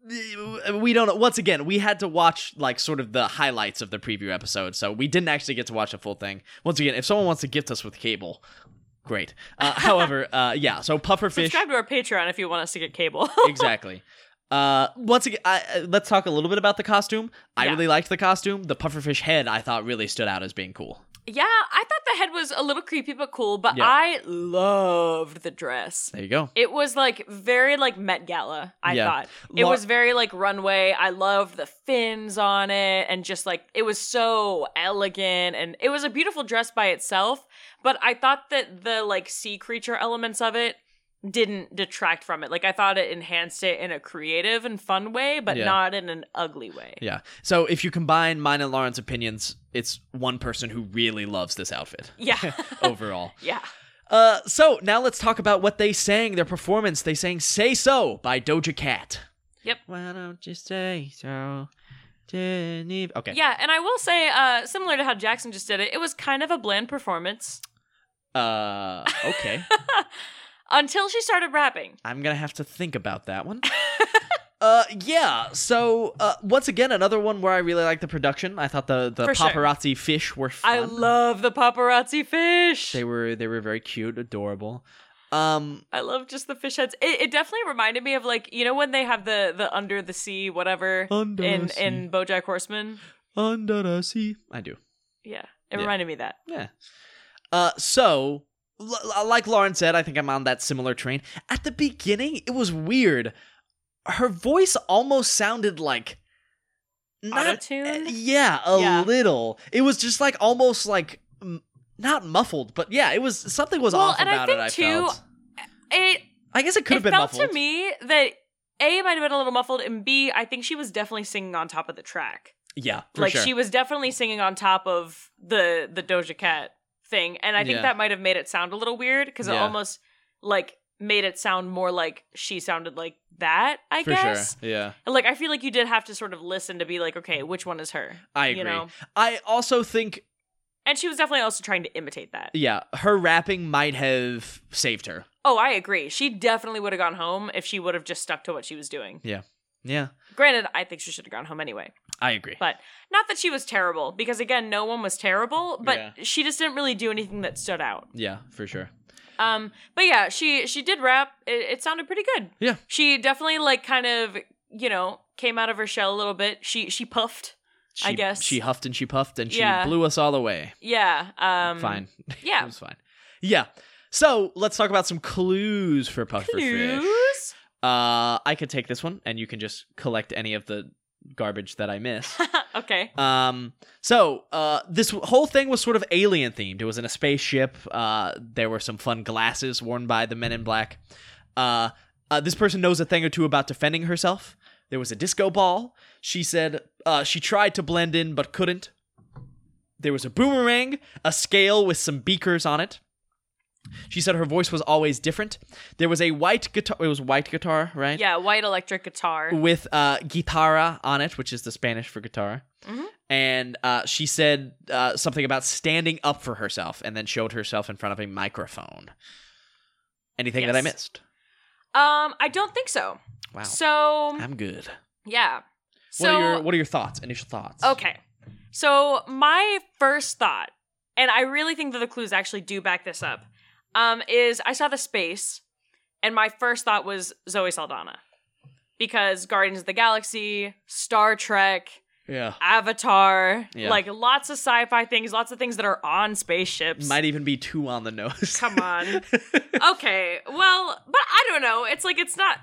Speaker 1: Yeah. Eh, We don't know. Once again, we had to watch like sort of the highlights of the preview episode, so we didn't actually get to watch the full thing. Once again, if someone wants to gift us with cable, great. Uh, however, uh, yeah. So pufferfish,
Speaker 2: subscribe to our Patreon if you want us to get cable.
Speaker 1: exactly. Uh, once again, I, uh, let's talk a little bit about the costume. I
Speaker 2: Yeah.
Speaker 1: really liked the costume. The pufferfish head, I thought, really stood out as being cool.
Speaker 2: yeah, I thought the head was a little creepy but cool, but
Speaker 1: Yeah.
Speaker 2: I loved the dress.
Speaker 1: There you go.
Speaker 2: It was like very like Met Gala. I
Speaker 1: Yeah.
Speaker 2: thought it
Speaker 1: Lo-
Speaker 2: was very like runway. I loved the fins on it, and just like it was so elegant, and it was a beautiful dress by itself. But I thought that the like sea creature elements of it didn't detract from it. Like I thought it enhanced it in a creative and fun way, but
Speaker 1: Yeah.
Speaker 2: not in an ugly way.
Speaker 1: Yeah. So if you combine mine and Lauren's opinions, it's one person who really loves this outfit
Speaker 2: Yeah,
Speaker 1: overall.
Speaker 2: yeah.
Speaker 1: Uh, so now let's talk about what they sang, their performance. They sang Say So by Doja Cat.
Speaker 2: Yep.
Speaker 1: Why don't you say so? Genevieve. Okay.
Speaker 2: Yeah, and I will say, uh, similar to how Jackson just did it, it was kind of a bland performance
Speaker 1: Uh, okay.
Speaker 2: until she started rapping.
Speaker 1: I'm going to have to think about that one. Uh yeah, so uh once again another one where I really like the production. I thought the the
Speaker 2: For sure.
Speaker 1: paparazzi fish were fun.
Speaker 2: I love the paparazzi fish.
Speaker 1: they were they were very cute, adorable. Um
Speaker 2: I love just the fish heads. It, it definitely reminded me of like you know when they have the the under the sea whatever
Speaker 1: Under
Speaker 2: in
Speaker 1: the sea.
Speaker 2: in BoJack Horseman.
Speaker 1: Under the sea. I do.
Speaker 2: Yeah, it
Speaker 1: Yeah.
Speaker 2: reminded me of that.
Speaker 1: Yeah. Uh, so, l- l- like Lauren said, I think I'm on that similar train. At the beginning, it was weird. Her voice almost sounded like. Not, eh,
Speaker 2: Auto-tune?
Speaker 1: yeah, a
Speaker 2: Yeah.
Speaker 1: little. It was just like almost like. m- Not muffled, but yeah, it was something was
Speaker 2: Well,
Speaker 1: off
Speaker 2: and I
Speaker 1: about
Speaker 2: think,
Speaker 1: it. I
Speaker 2: too,
Speaker 1: felt.
Speaker 2: It
Speaker 1: I guess it could
Speaker 2: it
Speaker 1: have been
Speaker 2: felt
Speaker 1: muffled.
Speaker 2: to me that a it might have been a little muffled, and b I think she was definitely singing on top of the track.
Speaker 1: yeah, for
Speaker 2: like
Speaker 1: sure.
Speaker 2: she was definitely singing on top of the the Doja Cat thing, and I think
Speaker 1: Yeah.
Speaker 2: that might have made it sound a little weird because it
Speaker 1: Yeah.
Speaker 2: almost like made it sound more like she sounded like that. I
Speaker 1: for
Speaker 2: guess.
Speaker 1: sure. Yeah,
Speaker 2: And, Like I feel like you did have to sort of listen to be like, okay, which one is her?
Speaker 1: I agree.
Speaker 2: You know?
Speaker 1: I also think
Speaker 2: And she was definitely also trying to imitate that.
Speaker 1: yeah, her rapping might have saved her.
Speaker 2: Oh, I agree. She definitely would have gone home if she would have just stuck to what she was doing.
Speaker 1: Yeah,
Speaker 2: Granted, I think she should have gone home anyway.
Speaker 1: I agree.
Speaker 2: But not that she was terrible, because again, no one was terrible, but
Speaker 1: Yeah.
Speaker 2: she just didn't really do anything that stood out.
Speaker 1: Yeah, for sure.
Speaker 2: Um, but yeah, she she did rap. It, it sounded pretty good.
Speaker 1: Yeah.
Speaker 2: She definitely like kind of you know came out of her shell a little bit. She she puffed.
Speaker 1: She,
Speaker 2: I guess.
Speaker 1: she huffed and she puffed and she
Speaker 2: Yeah.
Speaker 1: blew us all away.
Speaker 2: Yeah. Um,
Speaker 1: fine. it
Speaker 2: Yeah.
Speaker 1: was fine. Yeah. So let's talk about some clues for Pufferfish.
Speaker 2: Clues.
Speaker 1: Uh, I could take this one, and you can just collect any of the garbage that I miss.
Speaker 2: okay.
Speaker 1: Um, so uh, this whole thing was sort of alien themed. It was in a spaceship. Uh, there were some fun glasses worn by the Men in Black. Uh, uh, this person knows a thing or two about defending herself. There was a disco ball. She said uh, she tried to blend in but couldn't. There was a boomerang, a scale with some beakers on it. She said her voice was always different. There was a white guitar. It was white guitar, right?
Speaker 2: Yeah. White electric guitar.
Speaker 1: with uh, guitarra on it, which is the Spanish for guitar.
Speaker 2: Mhm.
Speaker 1: And uh, she said uh, something about standing up for herself and then showed herself in front of a microphone. Anything that I
Speaker 2: Yes.
Speaker 1: missed?
Speaker 2: Um, I don't think so.
Speaker 1: Wow.
Speaker 2: So
Speaker 1: I'm good.
Speaker 2: yeah.
Speaker 1: what,
Speaker 2: So
Speaker 1: are your, what are your thoughts, initial thoughts?
Speaker 2: Okay. So my first thought, and I really think that the clues actually do back this up, um, is I saw the space, and my first thought was Zoe Saldana. Because Guardians of the Galaxy, Star Trek,
Speaker 1: Yeah.
Speaker 2: Avatar,
Speaker 1: Yeah.
Speaker 2: like lots of sci-fi things, lots of things that are on spaceships.
Speaker 1: Might even be two on the nose.
Speaker 2: Come on. okay. Well, but I don't know. It's like it's not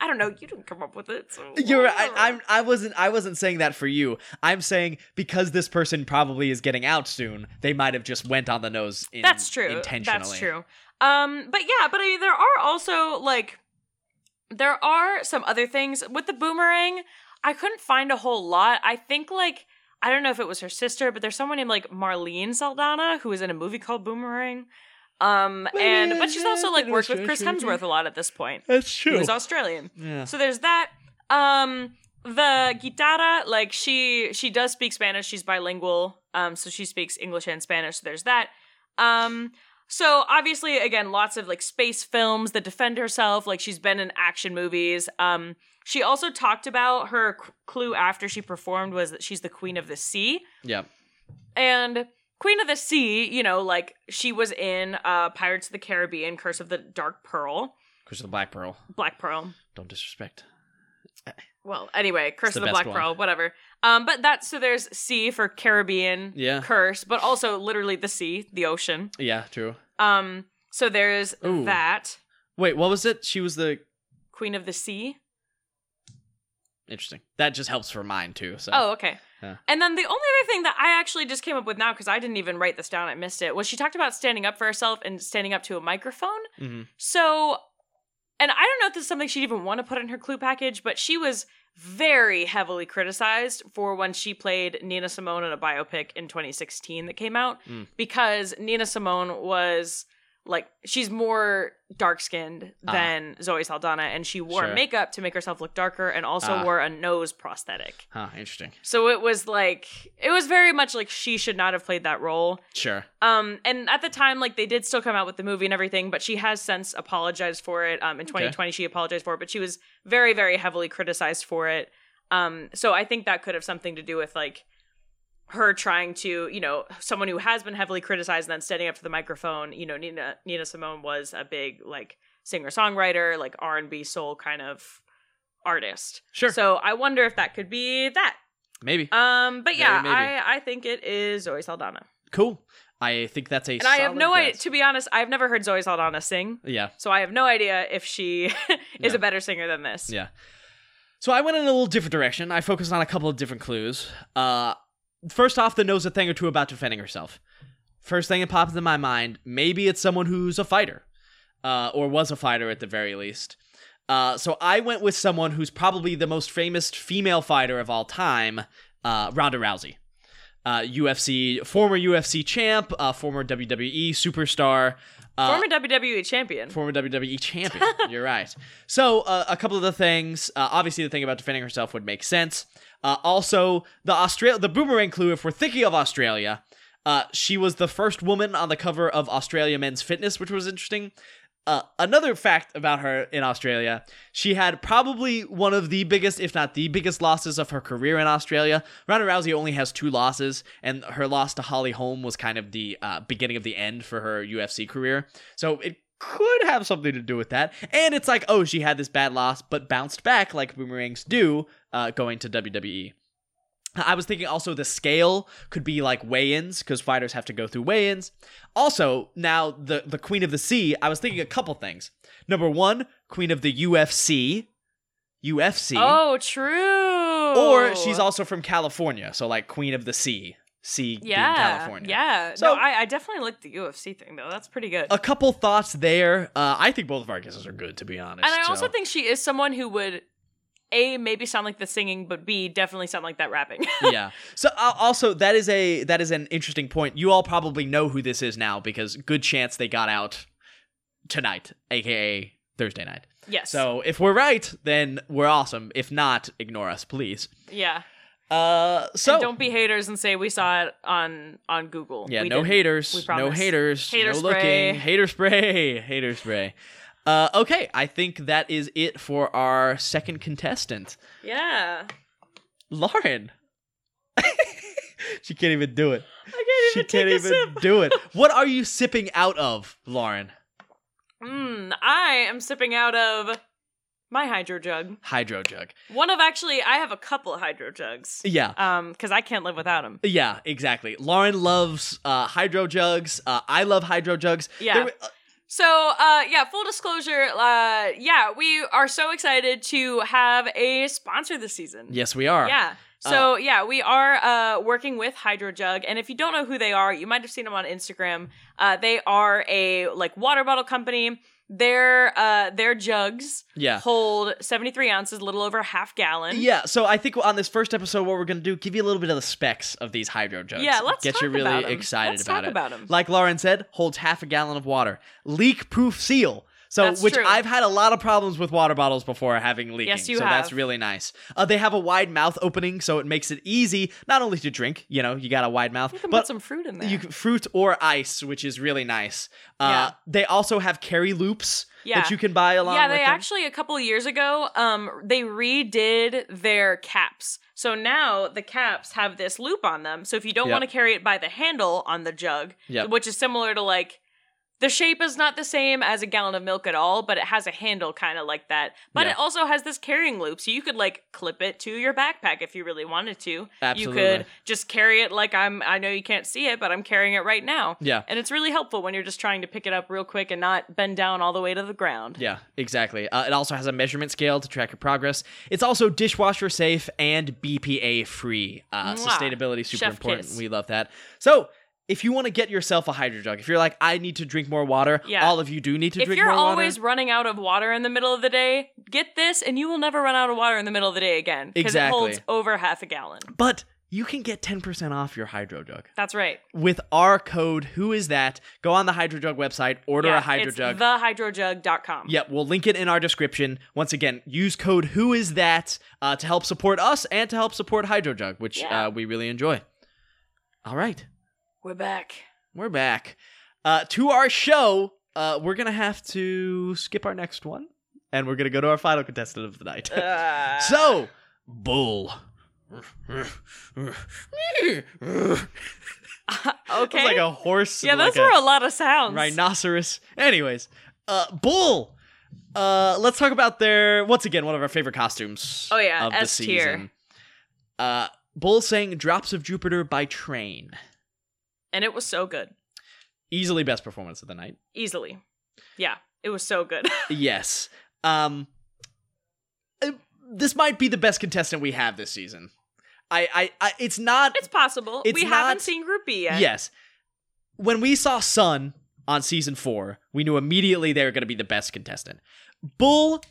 Speaker 2: I don't know, you didn't come up with it. So
Speaker 1: You're I, I'm I wasn't I wasn't saying that for you. I'm saying because this person probably is getting out soon, they might have just went on the nose in,
Speaker 2: That's true.
Speaker 1: intentionally.
Speaker 2: That's true. Um, but yeah, but I mean, there are also like there are some other things with the boomerang. I couldn't find a whole lot. I think like I don't know if it was her sister, but there's someone named like Marlene Saldana who was in a movie called Boomerang. Um, and but she's also like worked with Chris Hemsworth a lot at this point,
Speaker 1: That's true.
Speaker 2: who's Australian.
Speaker 1: yeah.
Speaker 2: So there's that. Um, the guitarra, like she she does speak Spanish. She's bilingual, um, so she speaks English and Spanish. So there's that. Um, so obviously, again, lots of like space films that defend herself. Like she's been in action movies. Um, she also talked about her c- clue after she performed was that she's the queen of the sea
Speaker 1: Yeah.
Speaker 2: and. Queen of the Sea, you know, like she was in uh, Pirates of the Caribbean, Curse of the Dark Pearl,
Speaker 1: Curse of the Black Pearl.
Speaker 2: Black Pearl,
Speaker 1: Don't disrespect.
Speaker 2: Well, anyway, Curse
Speaker 1: the
Speaker 2: of the
Speaker 1: best
Speaker 2: Black
Speaker 1: one.
Speaker 2: Pearl, whatever. Um, but that's so there's sea for Caribbean
Speaker 1: Yeah.
Speaker 2: curse, but also literally the sea, the ocean.
Speaker 1: Yeah, true.
Speaker 2: Um, so there's
Speaker 1: Ooh.
Speaker 2: that
Speaker 1: Wait, what was it? She was the
Speaker 2: Queen of the Sea.
Speaker 1: interesting. That just helps for mine too. So
Speaker 2: Oh, okay.
Speaker 1: Yeah.
Speaker 2: And then the only other thing that I actually just came up with now because I didn't even write this down, I missed it. Was she talked about standing up for herself and standing up to a microphone?
Speaker 1: Mhm.
Speaker 2: So, and I don't know if this is something she'd even want to put in her clue package, but she was very heavily criticized for when she played Nina Simone in a biopic in 2016 that came out
Speaker 1: Mm.
Speaker 2: because Nina Simone was like she's more dark skinned
Speaker 1: Ah.
Speaker 2: than Zoe Saldana and she wore
Speaker 1: Sure.
Speaker 2: makeup to make herself look darker and also
Speaker 1: Ah.
Speaker 2: wore a nose prosthetic.
Speaker 1: Huh, interesting.
Speaker 2: So it was like it was very much like she should not have played that role.
Speaker 1: Sure.
Speaker 2: Um, and at the time, like they did still come out with the movie and everything, but she has since apologized for it. Um, in 2020, she apologized for it, but she was very, very heavily criticized for it. Um, so I think that could have something to do with like her trying to, you know, someone who has been heavily criticized and then standing up to the microphone. You know, Nina Nina Simone was a big like singer songwriter, like R and B soul kind of artist.
Speaker 1: Sure.
Speaker 2: So I wonder if that could be that.
Speaker 1: Maybe.
Speaker 2: Um, but yeah,
Speaker 1: Very maybe.
Speaker 2: I I think it is Zoe Saldana.
Speaker 1: cool. I think that's a
Speaker 2: And I have
Speaker 1: solid
Speaker 2: no idea.
Speaker 1: guess.
Speaker 2: To be honest, I've never heard Zoe Saldana sing,
Speaker 1: yeah.
Speaker 2: so I have no idea if she is
Speaker 1: Yeah.
Speaker 2: a better singer than this.
Speaker 1: Yeah. So I went in a little different direction. I focused on a couple of different clues. Uh, first off, the knows a thing or two about defending herself. First thing that pops into my mind, maybe it's someone who's a fighter, uh, or was a fighter at the very least. Uh, so I went with someone who's probably the most famous female fighter of all time, uh, Ronda Rousey. Uh, UFC, former UFC champ, uh, former WWE superstar. Uh,
Speaker 2: Former WWE champion.
Speaker 1: former WWE champion. You're right. So uh, a couple of the things. Uh, obviously, the thing about defending herself would make sense. Uh, also, the Austral- the boomerang clue. If we're thinking of Australia, uh, she was the first woman on the cover of Australia Men's Fitness, which was interesting. Uh, another fact about her in Australia, she had probably one of the biggest, if not the biggest, losses of her career in Australia. Ronda Rousey only has two losses, and her loss to Holly Holm was kind of the uh, beginning of the end for her UFC career. So it could have something to do with that. And it's like, oh, she had this bad loss, but bounced back like boomerangs do uh, going to WWE. I was thinking also the scale could be like weigh-ins because fighters have to go through weigh-ins. Also, now the the Queen of the Sea, I was thinking a couple things. Number 1, Queen of the UFC, UFC.
Speaker 2: Oh, true.
Speaker 1: Or she's also from California, so like Queen of the Sea, sea
Speaker 2: yeah,
Speaker 1: being California.
Speaker 2: Yeah.
Speaker 1: So-
Speaker 2: no, I, I definitely like the UFC thing though. That's pretty good.
Speaker 1: A couple thoughts there. Uh, I think both of our guesses are good, to be honest.
Speaker 2: and I also
Speaker 1: so-
Speaker 2: think she is someone who would a maybe sound like the singing, but b definitely sound like that rapping.
Speaker 1: yeah. So uh, also that is a that is an interesting point. You all probably know who this is now because good chance they got out tonight, aka Thursday night.
Speaker 2: yes.
Speaker 1: So if we're right, then we're awesome. If not, ignore us, please.
Speaker 2: yeah.
Speaker 1: Uh, so
Speaker 2: And don't be haters and say we saw it on on Google.
Speaker 1: yeah,
Speaker 2: We
Speaker 1: no
Speaker 2: didn't. We
Speaker 1: haters, no
Speaker 2: promise.
Speaker 1: haters,
Speaker 2: Hater
Speaker 1: no
Speaker 2: spray.
Speaker 1: looking, hater spray, hater spray. Uh, okay, I think that is it for our second contestant,
Speaker 2: Yeah.
Speaker 1: Lauren. she can't even do it.
Speaker 2: I
Speaker 1: she can't even do it. What are you sipping out of, Lauren?
Speaker 2: Mm, I am sipping out of my hydro jug.
Speaker 1: Hydro jug.
Speaker 2: One of actually, I have a couple of hydro jugs.
Speaker 1: Yeah.
Speaker 2: Um, because I can't live without them.
Speaker 1: Yeah, exactly. Lauren loves uh, hydro jugs. Uh, I love hydro jugs.
Speaker 2: Yeah.
Speaker 1: There- uh,
Speaker 2: So, uh, yeah, full disclosure, uh, yeah, we are so excited to have a sponsor this season.
Speaker 1: yes, we are.
Speaker 2: Yeah. So, yeah, we are uh, working with Hydrojug. And if you don't know who they are, you might have seen them on Instagram. Uh, they are a like water bottle company. Their uh, their jugs
Speaker 1: Yeah.
Speaker 2: hold 73 ounces, a little over a half gallon.
Speaker 1: Yeah, so I think on this first episode, what we're gonna do, give you a little bit of the specs of these hydro jugs.
Speaker 2: Yeah, let's
Speaker 1: get
Speaker 2: talk
Speaker 1: you really
Speaker 2: about 'em.
Speaker 1: excited
Speaker 2: Let's
Speaker 1: about
Speaker 2: talk
Speaker 1: it.
Speaker 2: about 'em.
Speaker 1: Like Lauren said, holds half a gallon of water, leak-proof seal. So,
Speaker 2: That's
Speaker 1: which
Speaker 2: true.
Speaker 1: I've had a lot of problems with water bottles before having leaking.
Speaker 2: Yes, you
Speaker 1: so that's
Speaker 2: have.
Speaker 1: really nice. Uh, they have a wide mouth opening, so it makes it easy not only to drink. You know, you got a wide mouth,
Speaker 2: You can
Speaker 1: but
Speaker 2: put some fruit in there.
Speaker 1: you can, fruit or ice, which is really nice. Uh,
Speaker 2: Yeah.
Speaker 1: They also have carry loops
Speaker 2: Yeah.
Speaker 1: that you can buy along
Speaker 2: yeah,
Speaker 1: with
Speaker 2: they
Speaker 1: them.
Speaker 2: actually a couple of years ago, um, they redid their caps. So now the caps have this loop on them. So if you don't
Speaker 1: Yep.
Speaker 2: want to carry it by the handle on the jug,
Speaker 1: Yep.
Speaker 2: which is similar to like the shape is not the same as a gallon of milk at all, but it has a handle kind of like that. But
Speaker 1: Yeah.
Speaker 2: it also has this carrying loop, so you could like clip it to your backpack if you really wanted to.
Speaker 1: Absolutely.
Speaker 2: You could just carry it like I'm. I know you can't see it, but I'm carrying it right now.
Speaker 1: Yeah.
Speaker 2: And it's really helpful when you're just trying to pick it up real quick and not bend down all the way to the ground.
Speaker 1: Yeah, exactly. Uh, it also has a measurement scale to track your progress. It's also dishwasher safe and BPA free. Uh,
Speaker 2: Mwah.
Speaker 1: sustainability super
Speaker 2: Chef
Speaker 1: important.
Speaker 2: kiss.
Speaker 1: We love that. So. If you want to get yourself a hydro jug, if you're like, I need to drink more water,
Speaker 2: Yeah.
Speaker 1: all of you do need to
Speaker 2: if
Speaker 1: drink
Speaker 2: you're
Speaker 1: more water.
Speaker 2: always running out of water in the middle of the day, get this and you will never run out of water in the middle of the day again. Because
Speaker 1: Exactly.
Speaker 2: it holds over half a gallon.
Speaker 1: But you can get 10% off your hydro jug
Speaker 2: That's right.
Speaker 1: with our code, who is that? Go on the hydro jug website, order
Speaker 2: yeah,
Speaker 1: a hydro
Speaker 2: it's
Speaker 1: jug.
Speaker 2: Thehydrojug.com.
Speaker 1: Yep, we'll link it in our description. Once again, use code Who Is That uh, to help support us and to help support HydroJug, which
Speaker 2: Yeah.
Speaker 1: uh, we really enjoy. All right,
Speaker 2: We're back.
Speaker 1: we're back uh, to our show. Uh, we're gonna have to skip our next one, and we're gonna go to our final contestant of the night.
Speaker 2: Uh,
Speaker 1: so, bull.
Speaker 2: okay.
Speaker 1: It's like a horse.
Speaker 2: yeah,
Speaker 1: and like
Speaker 2: those were
Speaker 1: a-
Speaker 2: a lot of sounds.
Speaker 1: Rhinoceros. Anyways, uh, Bull. Uh, let's talk about their once again one of our favorite costumes.
Speaker 2: Oh, yeah,
Speaker 1: of the
Speaker 2: S tier.
Speaker 1: season. Uh, Bull sang "Drops of Jupiter" by Train.
Speaker 2: And it was so good.
Speaker 1: Easily best performance of the night.
Speaker 2: Easily. Yeah, it was so good.
Speaker 1: Yes. Um, uh, this might be the best contestant we have this season. I, I, I it's not.
Speaker 2: it's possible.
Speaker 1: It's
Speaker 2: we
Speaker 1: not-
Speaker 2: haven't seen Group B yet.
Speaker 1: Yes. When we saw Sun on season four, we knew immediately they were going to be the best contestant. Bull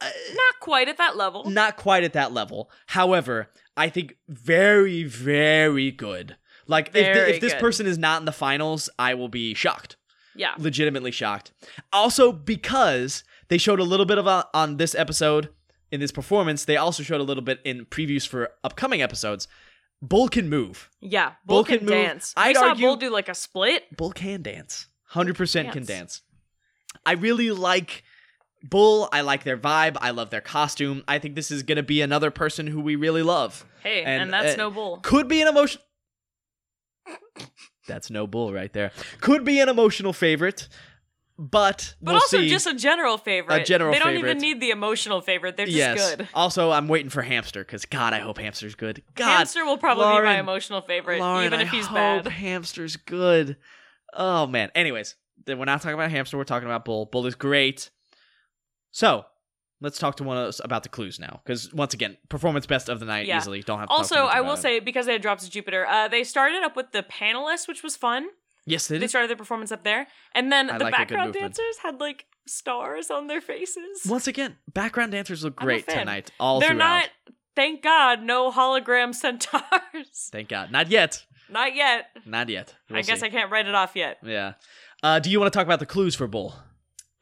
Speaker 2: Not quite at that level.
Speaker 1: not quite at that level. However, I think very, very good. Like if, thi-
Speaker 2: Very
Speaker 1: if this
Speaker 2: good.
Speaker 1: person is not in the finals, I will be shocked,
Speaker 2: Yeah.
Speaker 1: legitimately shocked. Also, because they showed a little bit of a, on this episode in this performance, they also showed a little bit in previews for upcoming episodes. Bull can move.
Speaker 2: Yeah. Bull,
Speaker 1: Bull can
Speaker 2: can,
Speaker 1: move.
Speaker 2: dance.
Speaker 1: I'd
Speaker 2: we saw
Speaker 1: argue-
Speaker 2: Bull do like a split.
Speaker 1: Bull can dance. Hundred percent can
Speaker 2: Dance.
Speaker 1: dance. I really like Bull. I like their vibe. I love their costume. I think this is going to be another person who we really love.
Speaker 2: Hey,
Speaker 1: And,
Speaker 2: and, that's
Speaker 1: uh,
Speaker 2: no bull.
Speaker 1: Could be an emotion. That's no bull right there. Could be an emotional favorite, but
Speaker 2: But
Speaker 1: we'll
Speaker 2: also
Speaker 1: see.
Speaker 2: just a general favorite.
Speaker 1: A general
Speaker 2: They don't
Speaker 1: favorite.
Speaker 2: even need the emotional favorite. They're just
Speaker 1: yes.
Speaker 2: good.
Speaker 1: Also, I'm waiting for Hamster because God, I hope Hamster's good. God,
Speaker 2: Hamster will probably be
Speaker 1: Lauren-
Speaker 2: my emotional favorite,
Speaker 1: Lauren,
Speaker 2: even if
Speaker 1: I
Speaker 2: he's
Speaker 1: hope
Speaker 2: bad.
Speaker 1: Hamster's good. Oh man. Anyways, then we're not talking about hamster. We're talking about bull. Bull is great. So let's talk to one of us about the clues now, because once again, performance best of the night
Speaker 2: Yeah.
Speaker 1: easily. Don't have. To talk too
Speaker 2: Also,
Speaker 1: much
Speaker 2: I
Speaker 1: about
Speaker 2: will
Speaker 1: it.
Speaker 2: say because they had drops to Jupiter, uh, they started up with the panelists, which was fun.
Speaker 1: yes, they
Speaker 2: They
Speaker 1: did.
Speaker 2: started their performance up there, and then
Speaker 1: I
Speaker 2: the
Speaker 1: like a good
Speaker 2: background
Speaker 1: movement.
Speaker 2: dancers had like stars on their faces.
Speaker 1: Once again, background dancers look
Speaker 2: I'm a
Speaker 1: great
Speaker 2: fan.
Speaker 1: tonight. All
Speaker 2: They're
Speaker 1: throughout.
Speaker 2: not. Thank God, no hologram centaurs.
Speaker 1: Thank God. Not yet.
Speaker 2: Not yet.
Speaker 1: Not yet.
Speaker 2: I guess I can't write it off yet.
Speaker 1: Yeah. Uh, do you want to talk about the clues for bull?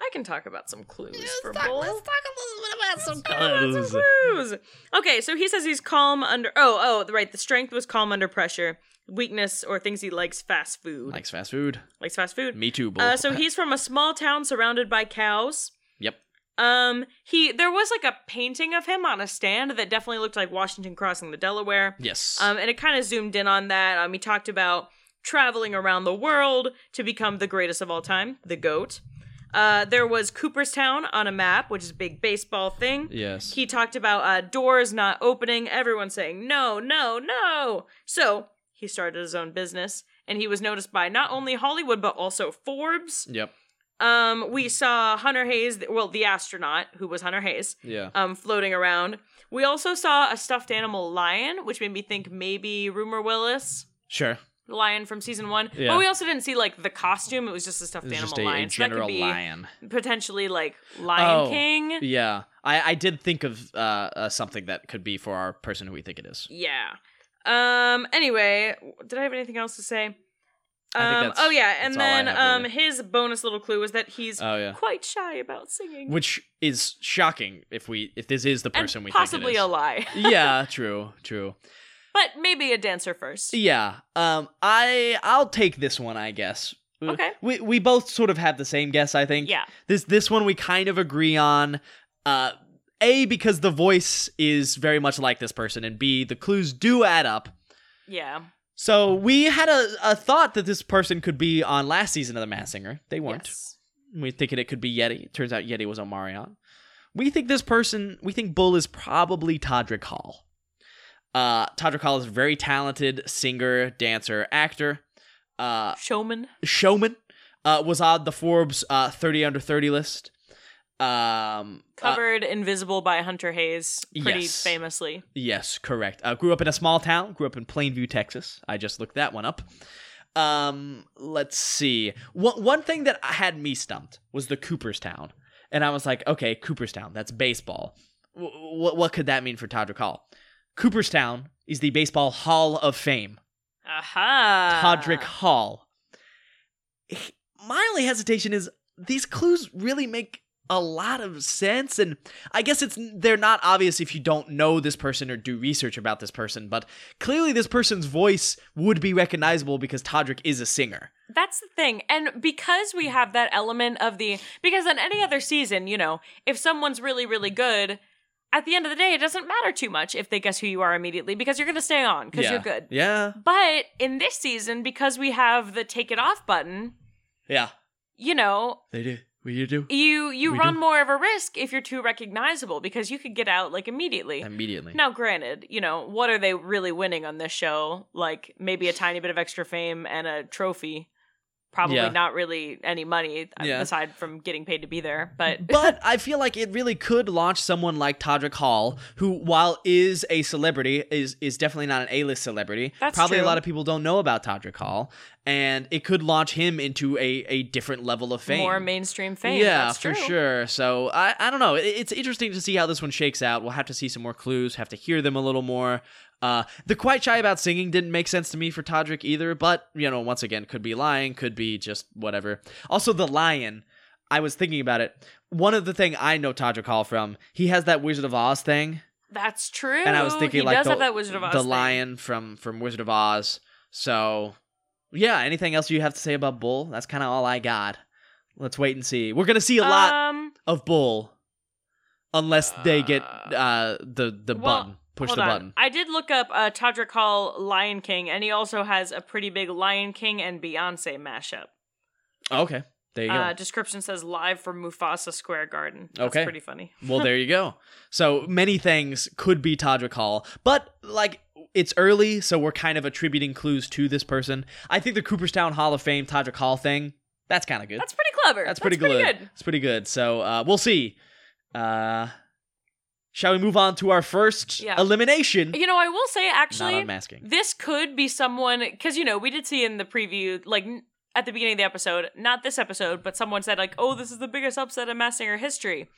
Speaker 2: I can talk about some clues for
Speaker 1: talk-
Speaker 2: Bull.
Speaker 1: let's
Speaker 2: Let's talk
Speaker 1: some
Speaker 2: about some
Speaker 1: clues.
Speaker 2: clues. Okay, so he says he's calm under. Oh, oh, right. The strength was calm under pressure. Weakness or things he likes fast food.
Speaker 1: Likes fast food.
Speaker 2: likes fast food.
Speaker 1: Me too, bull.
Speaker 2: Uh, so he's from a small town surrounded by cows.
Speaker 1: Yep.
Speaker 2: Um, he there was like a painting of him on a stand that definitely looked like Washington crossing the Delaware.
Speaker 1: Yes.
Speaker 2: Um, and it kind of zoomed in on that. Um, he talked about traveling around the world to become the greatest of all time, the GOAT. Uh, there was Cooperstown on a map, which is a big baseball thing.
Speaker 1: yes.
Speaker 2: He talked about uh, doors not opening, everyone saying, no, no, no. So he started his own business, and he was noticed by not only Hollywood, but also Forbes.
Speaker 1: Yep.
Speaker 2: Um, we saw Hunter Hayes, well, the astronaut, who was Hunter Hayes,
Speaker 1: Yeah.
Speaker 2: um, floating around. We also saw a stuffed animal lion, which made me think maybe Rumor Willis,
Speaker 1: Sure.
Speaker 2: the lion from season one.
Speaker 1: Yeah.
Speaker 2: But we also didn't see like the costume; it was just a stuffed
Speaker 1: It's
Speaker 2: animal
Speaker 1: just a,
Speaker 2: lion.
Speaker 1: a
Speaker 2: so that could
Speaker 1: general
Speaker 2: be
Speaker 1: lion.
Speaker 2: potentially like Lion
Speaker 1: Oh.
Speaker 2: King.
Speaker 1: Yeah, I, I did think of uh, uh, something that could be for our person who we think it is.
Speaker 2: Yeah. Um. Anyway, did I have anything else to say?
Speaker 1: I think
Speaker 2: Um,
Speaker 1: that's-
Speaker 2: oh yeah, and
Speaker 1: that's all I
Speaker 2: then
Speaker 1: have,
Speaker 2: um,
Speaker 1: really.
Speaker 2: his bonus little clue was that he's
Speaker 1: Oh yeah,
Speaker 2: quite shy about singing,
Speaker 1: which is shocking if we if this is the
Speaker 2: and
Speaker 1: person we
Speaker 2: possibly a
Speaker 1: think
Speaker 2: lie,
Speaker 1: it is. yeah, true, true.
Speaker 2: but maybe a dancer first.
Speaker 1: Yeah, um, I I'll take this one, I guess.
Speaker 2: Okay.
Speaker 1: We we both sort of have the same guess, I think.
Speaker 2: Yeah.
Speaker 1: This this one we kind of agree on. Uh, a because the voice is very much like this person, and B the clues do add up.
Speaker 2: Yeah.
Speaker 1: So we had a, a thought that this person could be on last season of The Mass Singer. They weren't.
Speaker 2: Yes.
Speaker 1: We thinking it could be Yeti. Turns out Yeti was Omarion. We think this person, we think Bull is probably Todrick Hall. Uh, Todrick Hall is a very talented singer, dancer, actor, uh,
Speaker 2: Showman.
Speaker 1: showman. Uh, was on the Forbes uh, 30 under 30 list. Um, uh,
Speaker 2: covered invisible by hunter hayes pretty
Speaker 1: Yes.
Speaker 2: famously
Speaker 1: Yes, correct. Uh, grew up in a small town. Grew up in Plainview, Texas. I just looked that one up. Um, let's see. One one thing that had me stumped was the Cooperstown, and I was like, okay, Cooperstown. That's baseball. What what could that mean for Todrick Hall? Cooperstown is the baseball Hall of Fame.
Speaker 2: aha
Speaker 1: Todrick Hall. He- My only hesitation is these clues really make a lot of sense, and I guess it's they're not obvious if you don't know this person or do research about this person. But clearly, this person's voice would be recognizable because Todrick is a singer.
Speaker 2: that's the thing and because we have that element of the because in any other season you know if someone's really really good at the end of the day it doesn't matter too much if they guess who you are immediately because you're going to stay on because you're good
Speaker 1: Yeah,
Speaker 2: but in this season because we have the take it off button
Speaker 1: yeah,
Speaker 2: you know
Speaker 1: they do. What you do
Speaker 2: you you
Speaker 1: We
Speaker 2: run
Speaker 1: do.
Speaker 2: more of a risk if you're too recognizable because you could get out like immediately
Speaker 1: immediately.
Speaker 2: Now, granted, you know, what are they really winning on this show? Like maybe a tiny bit of extra fame and a trophy. Probably
Speaker 1: Yeah.
Speaker 2: not really any money uh,
Speaker 1: Yeah.
Speaker 2: aside from getting paid to be there. But
Speaker 1: but I feel like it really could launch someone like Todrick Hall, who, while is a celebrity, is is definitely not an A list celebrity.
Speaker 2: That's
Speaker 1: Probably a
Speaker 2: true.
Speaker 1: lot of people don't know about Todrick Hall, and it could launch him into a a different level of fame.
Speaker 2: more mainstream fame.
Speaker 1: Yeah,
Speaker 2: that's
Speaker 1: for
Speaker 2: true.
Speaker 1: sure. So I, I don't know. It, it's interesting to see how this one shakes out. We'll have to see some more clues, have to hear them a little more. Uh, the quite shy about singing didn't make sense to me for Todrick either, but you know, once again, could be lying, could be just whatever. Also, the lion. I was thinking about it. One of the thing I know Todrick Hall from, he has that Wizard of Oz thing,
Speaker 2: That's true.
Speaker 1: and I was thinking
Speaker 2: he
Speaker 1: like
Speaker 2: does
Speaker 1: the,
Speaker 2: have that Wizard of Oz
Speaker 1: the
Speaker 2: thing.
Speaker 1: lion from from Wizard of Oz. So, yeah. Anything else you have to say about Bull? That's kind of all I got. Let's wait and see. We're gonna see a lot
Speaker 2: Um,
Speaker 1: of bull, unless they get
Speaker 2: Uh,
Speaker 1: uh, the the
Speaker 2: well,
Speaker 1: button. Push
Speaker 2: hold
Speaker 1: the
Speaker 2: on.
Speaker 1: button.
Speaker 2: I did look up uh, Todrick Hall Lion King, and he also has a pretty big Lion King and Beyonce mashup.
Speaker 1: Okay, there you go.
Speaker 2: Uh, description says live from Mufasa Square Garden. That's
Speaker 1: Okay.
Speaker 2: pretty funny.
Speaker 1: well, there you go. So many things could be Todrick Hall, but like it's early, so we're kind of attributing clues to this person. I think the Cooperstown Hall of Fame Todrick Hall thing. That's kind of good.
Speaker 2: That's pretty clever.
Speaker 1: That's pretty good. It's pretty good. So uh, we'll see. Uh, shall we move on to our first
Speaker 2: Yeah.
Speaker 1: elimination?
Speaker 2: You know, I will say
Speaker 1: Mm-hmm. Not
Speaker 2: actually,
Speaker 1: unmasking.
Speaker 2: this could be someone because you know we did see in the preview, like n- at the beginning of the episode, not this episode, but someone said like, "Oh, this is the biggest upset in Mass Singer history."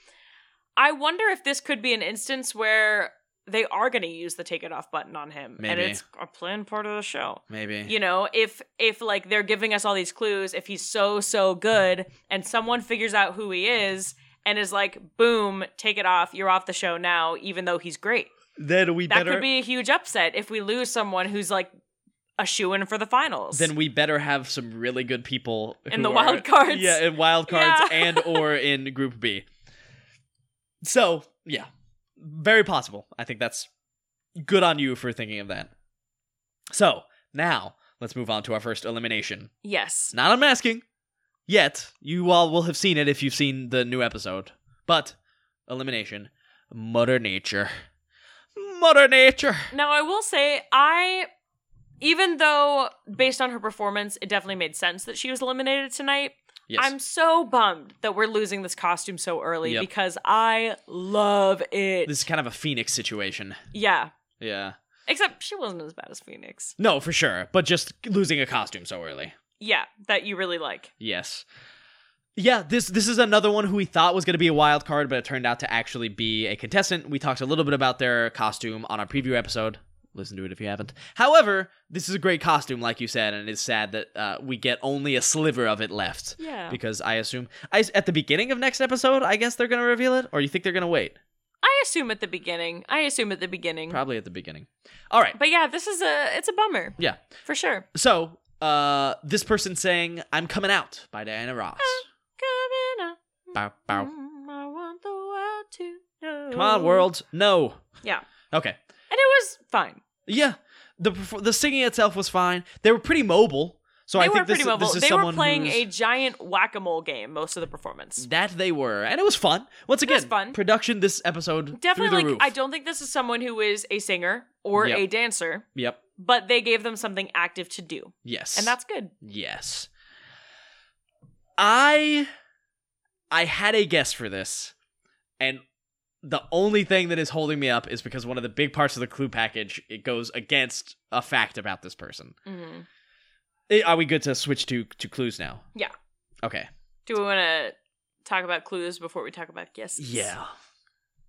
Speaker 2: I wonder if this could be an instance where they are going to use the take it off button on him, and
Speaker 1: Maybe.
Speaker 2: it's a planned part of the show.
Speaker 1: Maybe.
Speaker 2: you know if if like they're giving us all these clues if he's so so good and someone figures out who he is and is like boom take it off you're off the show now even though he's great
Speaker 1: Then we
Speaker 2: that
Speaker 1: better.
Speaker 2: could be a huge upset if we lose someone who's like a shoe in for the finals
Speaker 1: then we better have some really good people
Speaker 2: In
Speaker 1: who
Speaker 2: the
Speaker 1: are-
Speaker 2: wild cards.
Speaker 1: Yeah, in wild cards
Speaker 2: Yeah.
Speaker 1: and or in Group B. So yeah, very possible. I think that's good on you for thinking of that. So now let's move on to our first elimination. It's
Speaker 2: yes
Speaker 1: not unmasking yet. You all will have seen it if you've seen the new episode. But elimination, Mother Nature, Mother Nature.
Speaker 2: now i will say i even though based on her performance it definitely made sense that she was eliminated tonight
Speaker 1: Yes.
Speaker 2: i'm so bummed that we're losing this costume so early
Speaker 1: Yep.
Speaker 2: because i love it
Speaker 1: this is kind of a phoenix situation.
Speaker 2: yeah
Speaker 1: Yeah.
Speaker 2: Except she wasn't as bad as Phoenix.
Speaker 1: No, for sure. But just losing a costume so early.
Speaker 2: Yeah, that you really like.
Speaker 1: Yes. Yeah, this this is another one who we thought was going to be a wild card, but it turned out to actually be a contestant. We talked a little bit about their costume on our preview episode. Listen to it if you haven't. However, this is a great costume, like you said, and it's sad that uh, we get only a sliver of it left.
Speaker 2: Yeah.
Speaker 1: Because I assume I, at the beginning of next episode, I guess they're going to reveal it, or you think they're going to wait?
Speaker 2: I assume at the beginning. I assume at the beginning.
Speaker 1: Probably at the beginning. All right.
Speaker 2: But yeah, this is a it's a bummer
Speaker 1: Yeah.
Speaker 2: for sure.
Speaker 1: So, uh, this person saying "I'm coming out" by Diana Ross.
Speaker 2: Coming up.
Speaker 1: Bow, bow.
Speaker 2: Mm, I want the world to know.
Speaker 1: Come on, world. No.
Speaker 2: Yeah.
Speaker 1: Okay.
Speaker 2: And it was fine.
Speaker 1: Yeah. The perfor- the singing itself was fine. They were pretty mobile. So
Speaker 2: they
Speaker 1: I
Speaker 2: were
Speaker 1: think this,
Speaker 2: pretty mobile.
Speaker 1: this is
Speaker 2: they were
Speaker 1: someone
Speaker 2: playing a
Speaker 1: who's- Mm.
Speaker 2: giant whack a mole game most of the performance.
Speaker 1: that they were, and it was fun. Once again,
Speaker 2: was fun.
Speaker 1: production this episode through the
Speaker 2: Definitely, like,
Speaker 1: roof.
Speaker 2: I don't think this is someone who is a singer or
Speaker 1: Yep.
Speaker 2: a dancer,
Speaker 1: Yep.
Speaker 2: but they gave them something active to do,
Speaker 1: Yes.
Speaker 2: and that's good.
Speaker 1: yes. I I had a guess for this, and the only thing that is holding me up is because one of the big parts of the clue package it goes against a fact about this person.
Speaker 2: Mhm.
Speaker 1: Eh, Are we good to switch to to clues now?
Speaker 2: Yeah.
Speaker 1: Okay.
Speaker 2: Do we want to talk about clues before we talk about guesses?
Speaker 1: Yeah.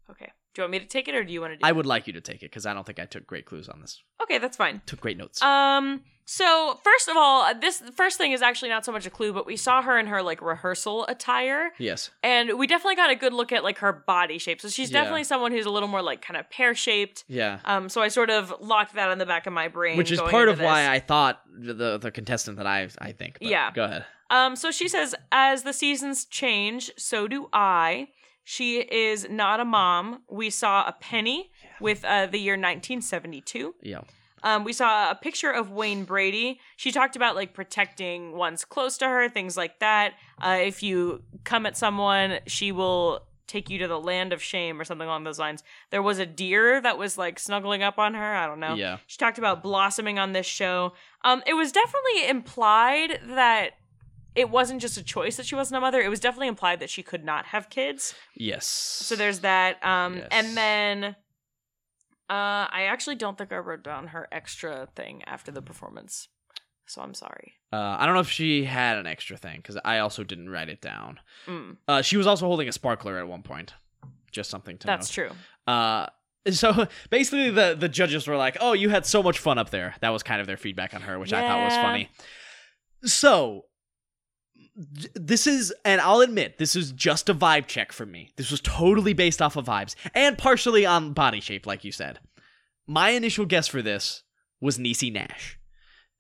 Speaker 2: Okay. Do you want me to take it or do you want to do
Speaker 1: I would like you to take it because I don't think I took great clues on this.
Speaker 2: Okay, that's fine.
Speaker 1: Took great notes.
Speaker 2: Um so first of all, uh, this the first thing is actually not so much a clue, but we saw her in her like rehearsal attire
Speaker 1: yes.
Speaker 2: and we definitely got a good look at like her body shape. So she's
Speaker 1: Yeah.
Speaker 2: definitely someone who's a little more like kind of pear-shaped.
Speaker 1: Yeah.
Speaker 2: Um so I sort of locked that on the back of my brain
Speaker 1: Which is
Speaker 2: going
Speaker 1: part of
Speaker 2: into
Speaker 1: why
Speaker 2: this.
Speaker 1: I thought the the contestant that I I think. but
Speaker 2: Yeah.
Speaker 1: Go ahead.
Speaker 2: Um, so she says, as the seasons change, so do I. She is not a mom. We saw a penny with uh, the year 1972.
Speaker 1: Yeah.
Speaker 2: Um, we saw a picture of Wayne Brady. She talked about like protecting ones close to her, things like that. Uh, if you come at someone, she will take you to the land of shame or something along those lines. There was a deer that was like snuggling up on her. I don't know.
Speaker 1: Yeah.
Speaker 2: She talked about blossoming on this show. Um, it was definitely implied that it wasn't just a choice that she wasn't a mother. It was definitely implied that she could not have kids.
Speaker 1: Yes.
Speaker 2: So there's that. Um,
Speaker 1: Yes.
Speaker 2: and then uh, I actually don't think I wrote down her extra thing after the performance. So I'm sorry.
Speaker 1: Uh, I don't know if she had an extra thing because I also didn't write it down.
Speaker 2: Mm,
Speaker 1: Uh, she was also holding a sparkler at one point. Just something to
Speaker 2: that's
Speaker 1: note.
Speaker 2: true.
Speaker 1: Uh, so basically, the the judges were like, "Oh, you had so much fun up there." That was kind of their feedback on her, which I thought was
Speaker 2: Yeah.
Speaker 1: funny. So d- this is, and I'll admit, this is just a vibe check for me. This was totally based off of vibes and partially on body shape, like you said. My initial guess for this was Niecy Nash.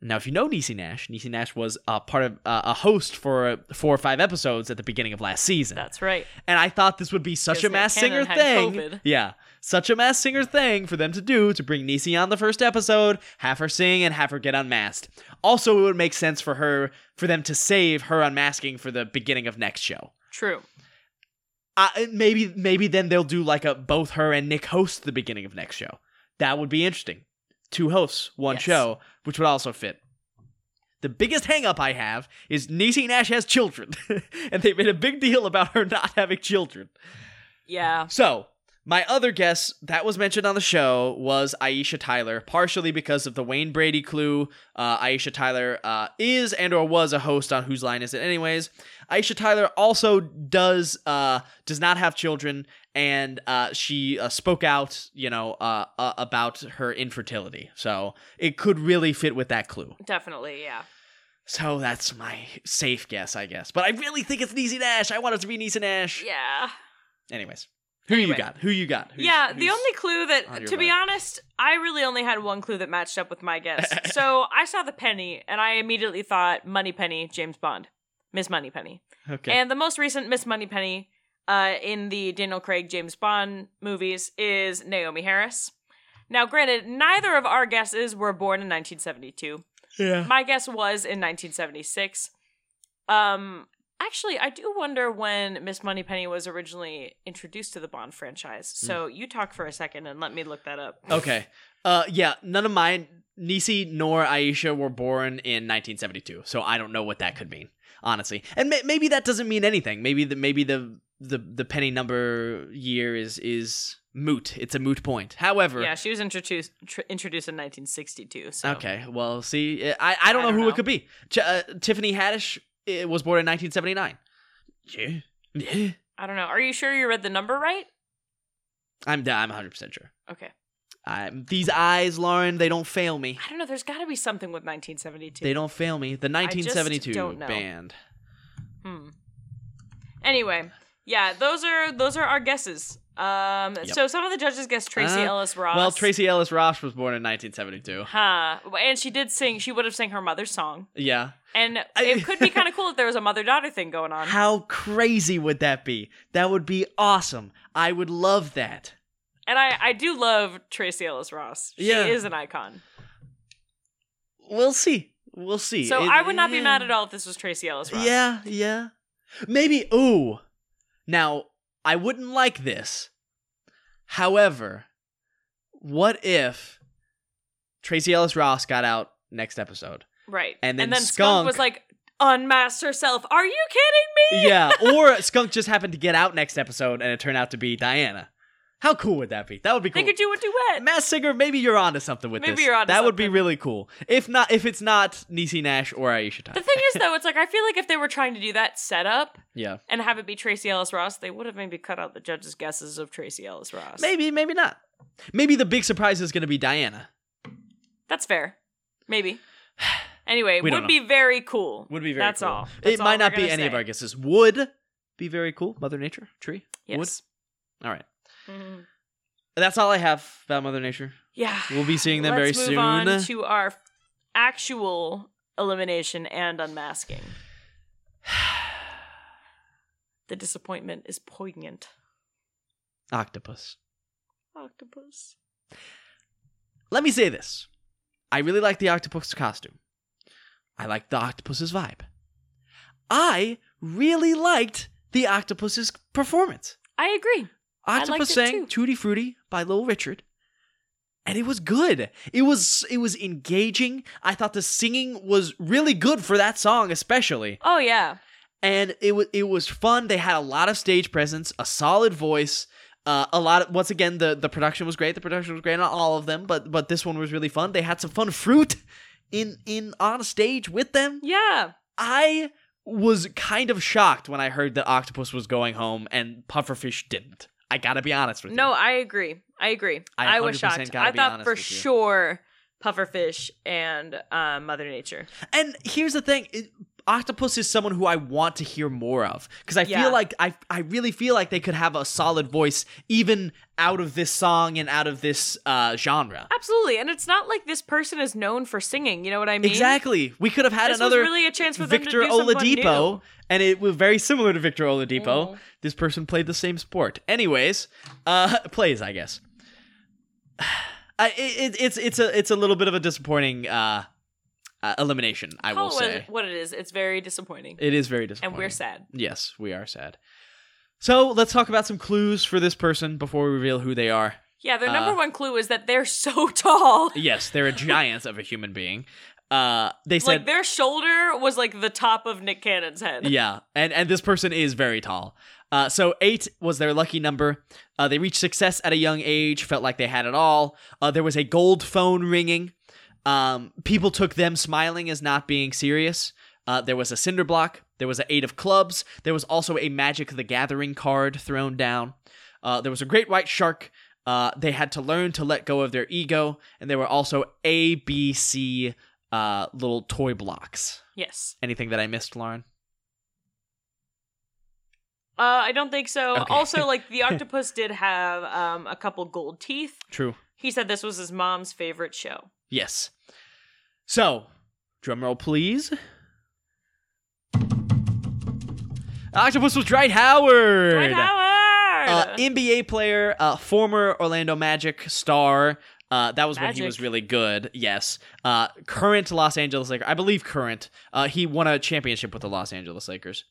Speaker 1: Now, if you know Niecy Nash, Niecy Nash was uh, part of uh, a host for uh, four or five episodes at the beginning of last season.
Speaker 2: That's right.
Speaker 1: and I thought this would be such a
Speaker 2: Because Nick
Speaker 1: mass singer
Speaker 2: Cannon had
Speaker 1: thing.
Speaker 2: COVID.
Speaker 1: Yeah, such a mass singer thing for them to do to bring Niecy on the first episode, have her sing and have her get unmasked. Also, it would make sense for her for them to save her unmasking for the beginning of next show.
Speaker 2: True.
Speaker 1: Uh, maybe maybe then they'll do like a both her and Nick host the beginning of next show. That would be interesting. Two hosts, one
Speaker 2: Yes.
Speaker 1: show, which would also fit. The biggest hang up I have is Niecy Nash has children, and they made a big deal about her not having children.
Speaker 2: Yeah.
Speaker 1: So, my other guess that was mentioned on the show was Aisha Tyler, partially because of the Wayne Brady clue. Uh, Aisha Tyler uh, is and or was a host on Whose Line Is It Anyways. Aisha Tyler also does uh, does not have children, and uh, she uh, spoke out, you know, uh, uh, about her infertility. So it could really fit with that clue.
Speaker 2: Definitely. Yeah.
Speaker 1: So that's my safe guess, I guess. But I really think it's Niecy Nash. I want it to be Niecy Nash.
Speaker 2: Yeah.
Speaker 1: Anyways, who
Speaker 2: Anyway.
Speaker 1: you got? Who you got? Who's-
Speaker 2: yeah. The
Speaker 1: who's-
Speaker 2: only clue
Speaker 1: on
Speaker 2: that,
Speaker 1: your
Speaker 2: to be
Speaker 1: left?
Speaker 2: honest, I really only had one clue that matched up with my guess. so I saw the penny and I immediately thought Money Penny, James Bond, Miss Money Penny.
Speaker 1: Okay.
Speaker 2: And the most recent Miss Moneypenny uh, in the Daniel Craig James Bond movies is Naomi Harris. Now, granted, neither of our guesses were born in 1972.
Speaker 1: yeah.
Speaker 2: My guess was in 1976. Um, actually, I do wonder when Miss Moneypenny was originally introduced to the Bond franchise. So
Speaker 1: Hmm.
Speaker 2: you talk for a second and let me look that up.
Speaker 1: Okay. Uh, yeah. None of mine, Nisi nor Aisha, were born in 1972, so I don't know what that could mean, honestly. And may- maybe that doesn't mean anything. Maybe the maybe the the the penny number year is is moot. It's a moot point. However.
Speaker 2: Yeah, she was introduced tr- introduced in 1962. So
Speaker 1: Okay. Well, see, I I don't know
Speaker 2: I don't
Speaker 1: who
Speaker 2: know.
Speaker 1: it could be. Ch- uh, Tiffany Haddish uh, was born in 1979. Yeah. Yeah.
Speaker 2: I don't know. Are you sure you read the number right?
Speaker 1: I'm I'm 100 percent sure.
Speaker 2: Okay.
Speaker 1: I'm, these eyes, Lauren, they don't fail me.
Speaker 2: I don't know. There's got to be something with 1972.
Speaker 1: They don't fail me. The
Speaker 2: just
Speaker 1: 1972
Speaker 2: don't know.
Speaker 1: band.
Speaker 2: Hmm. Anyway, yeah, those are those are our guesses. Um,
Speaker 1: Yep.
Speaker 2: so some of the judges guessed Tracy
Speaker 1: Uh,
Speaker 2: Ellis Ross.
Speaker 1: Well, Tracy Ellis Ross was born in 1972.
Speaker 2: Huh. And she did sing. She would have sang her mother's song,
Speaker 1: Yeah.
Speaker 2: and
Speaker 1: I-
Speaker 2: it could be kind of cool if there was a mother daughter thing going on.
Speaker 1: How crazy would that be? That would be awesome. I would love that.
Speaker 2: And I I do love Tracy Ellis Ross. She
Speaker 1: Yeah.
Speaker 2: is an icon.
Speaker 1: We'll see. We'll see.
Speaker 2: So
Speaker 1: It-
Speaker 2: I would not be mad at all if this was Tracy Ellis Ross.
Speaker 1: Yeah, yeah. Maybe ooh. Now, I wouldn't like this. However, what if Tracy Ellis Ross got out next episode?
Speaker 2: Right.
Speaker 1: And then Skunk-
Speaker 2: Skunk was like, unmasked herself. Are you kidding me?
Speaker 1: yeah, or Skunk just happened to get out next episode and it turned out to be Diana. How cool would that be? That would be cool.
Speaker 2: They could do a duet.
Speaker 1: Mass Singer, maybe you're onto something with
Speaker 2: Maybe
Speaker 1: this.
Speaker 2: you're onto
Speaker 1: that would be
Speaker 2: something.
Speaker 1: really cool. If not, if it's not Niecy Nash or Aisha
Speaker 2: The
Speaker 1: Tyler.
Speaker 2: thing is, though, it's like I feel like if they were trying to do that setup
Speaker 1: Yeah,
Speaker 2: and have it be Tracy Ellis Ross, they would have maybe cut out the judges' guesses of Tracy Ellis Ross.
Speaker 1: maybe, maybe not. Maybe the big surprise is going to be Diana.
Speaker 2: That's fair. Maybe. Anyway,
Speaker 1: We
Speaker 2: would
Speaker 1: don't
Speaker 2: be very cool.
Speaker 1: Would be very.
Speaker 2: That's
Speaker 1: cool.
Speaker 2: all.
Speaker 1: it might not be any of our guesses. Would be very cool. Mother Nature tree.
Speaker 2: Yes.
Speaker 1: Would. All right.
Speaker 2: Mhm.
Speaker 1: That's all I have about Mother Nature.
Speaker 2: Yeah.
Speaker 1: We'll be seeing them
Speaker 2: Let's
Speaker 1: very
Speaker 2: move
Speaker 1: soon.
Speaker 2: on to our actual elimination and unmasking. The disappointment is poignant.
Speaker 1: Octopus.
Speaker 2: Octopus.
Speaker 1: Let me say this. I really like the octopus costume. I like the octopus's vibe. I really liked the octopus's performance.
Speaker 2: I agree. I liked
Speaker 1: Octopus
Speaker 2: it
Speaker 1: sang
Speaker 2: too.
Speaker 1: Tutti Frutti by Lil Richard. And it was good. It was it was engaging. I thought the singing was really good for that song especially.
Speaker 2: Oh yeah.
Speaker 1: And it was it was fun. They had a lot of stage presence, a solid voice, uh, a lot of once again the the production was great. The production was great on all of them, but but this one was really fun. They had some fun fruit in in on stage with them.
Speaker 2: Yeah.
Speaker 1: I was kind of shocked when I heard that Octopus was going home and Pufferfish didn't. I gotta be honest with you.
Speaker 2: No, I agree. I agree.
Speaker 1: I
Speaker 2: I, was
Speaker 1: 100%
Speaker 2: shocked.
Speaker 1: gotta
Speaker 2: I
Speaker 1: be
Speaker 2: thought
Speaker 1: honest
Speaker 2: for
Speaker 1: with you.
Speaker 2: sure Pufferfish and uh, Mother Nature.
Speaker 1: And here's the thing it, Octopus is someone who I want to hear more of because I
Speaker 2: Yeah.
Speaker 1: feel like I I really feel like they could have a solid voice even out of this song and out of this uh, genre.
Speaker 2: Absolutely. And it's not like this person is known for singing, you know what I mean?
Speaker 1: Exactly. We could have had
Speaker 2: This was
Speaker 1: another
Speaker 2: really a chance for them to
Speaker 1: Victor
Speaker 2: do something
Speaker 1: Oladipo,
Speaker 2: new.
Speaker 1: and it was very similar to Victor Oladipo.
Speaker 2: Mhm.
Speaker 1: This person played the same sport. Anyways, uh, plays I guess. I, it, it- it's it's a it's a little bit of a disappointing uh, uh, elimination. I
Speaker 2: Call
Speaker 1: will
Speaker 2: it what,
Speaker 1: say
Speaker 2: what it is. It's very disappointing.
Speaker 1: it is very disappointing,
Speaker 2: and we're sad.
Speaker 1: Yes, we are sad. So let's talk about some clues for this person before we reveal who they are.
Speaker 2: Yeah, their
Speaker 1: Uh,
Speaker 2: number one clue is that they're so tall.
Speaker 1: Yes, they're a giant of a human being. Uh, they said
Speaker 2: Like their shoulder was like the top of Nick Cannon's head.
Speaker 1: yeah and and this person is very tall uh, so eight was their lucky number uh, they reached success at a young age felt like they had it all uh, there was a gold phone ringing um, people took them smiling as not being serious uh, there was a cinder block there was an eight of clubs there was also a magic the gathering card thrown down uh, there was a great white shark uh, they had to learn to let go of their ego and there were also a b c uh, little toy blocks
Speaker 2: Yes.
Speaker 1: anything that i missed lauren
Speaker 2: Uh, I don't think so.
Speaker 1: Okay.
Speaker 2: Also, like the octopus did have um, a couple gold teeth.
Speaker 1: true
Speaker 2: He said this was his mom's favorite show.
Speaker 1: Yes. So, drumroll please. Octopus was Dwight Howard.
Speaker 2: Dwight Howard!
Speaker 1: Uh, NBA player, uh, former Orlando Magic star. Uh, that was when he
Speaker 2: Magic.
Speaker 1: was really good. Yes. Uh, current Los Angeles Lakers. I believe current. Uh, he won a championship with the Los Angeles Lakers.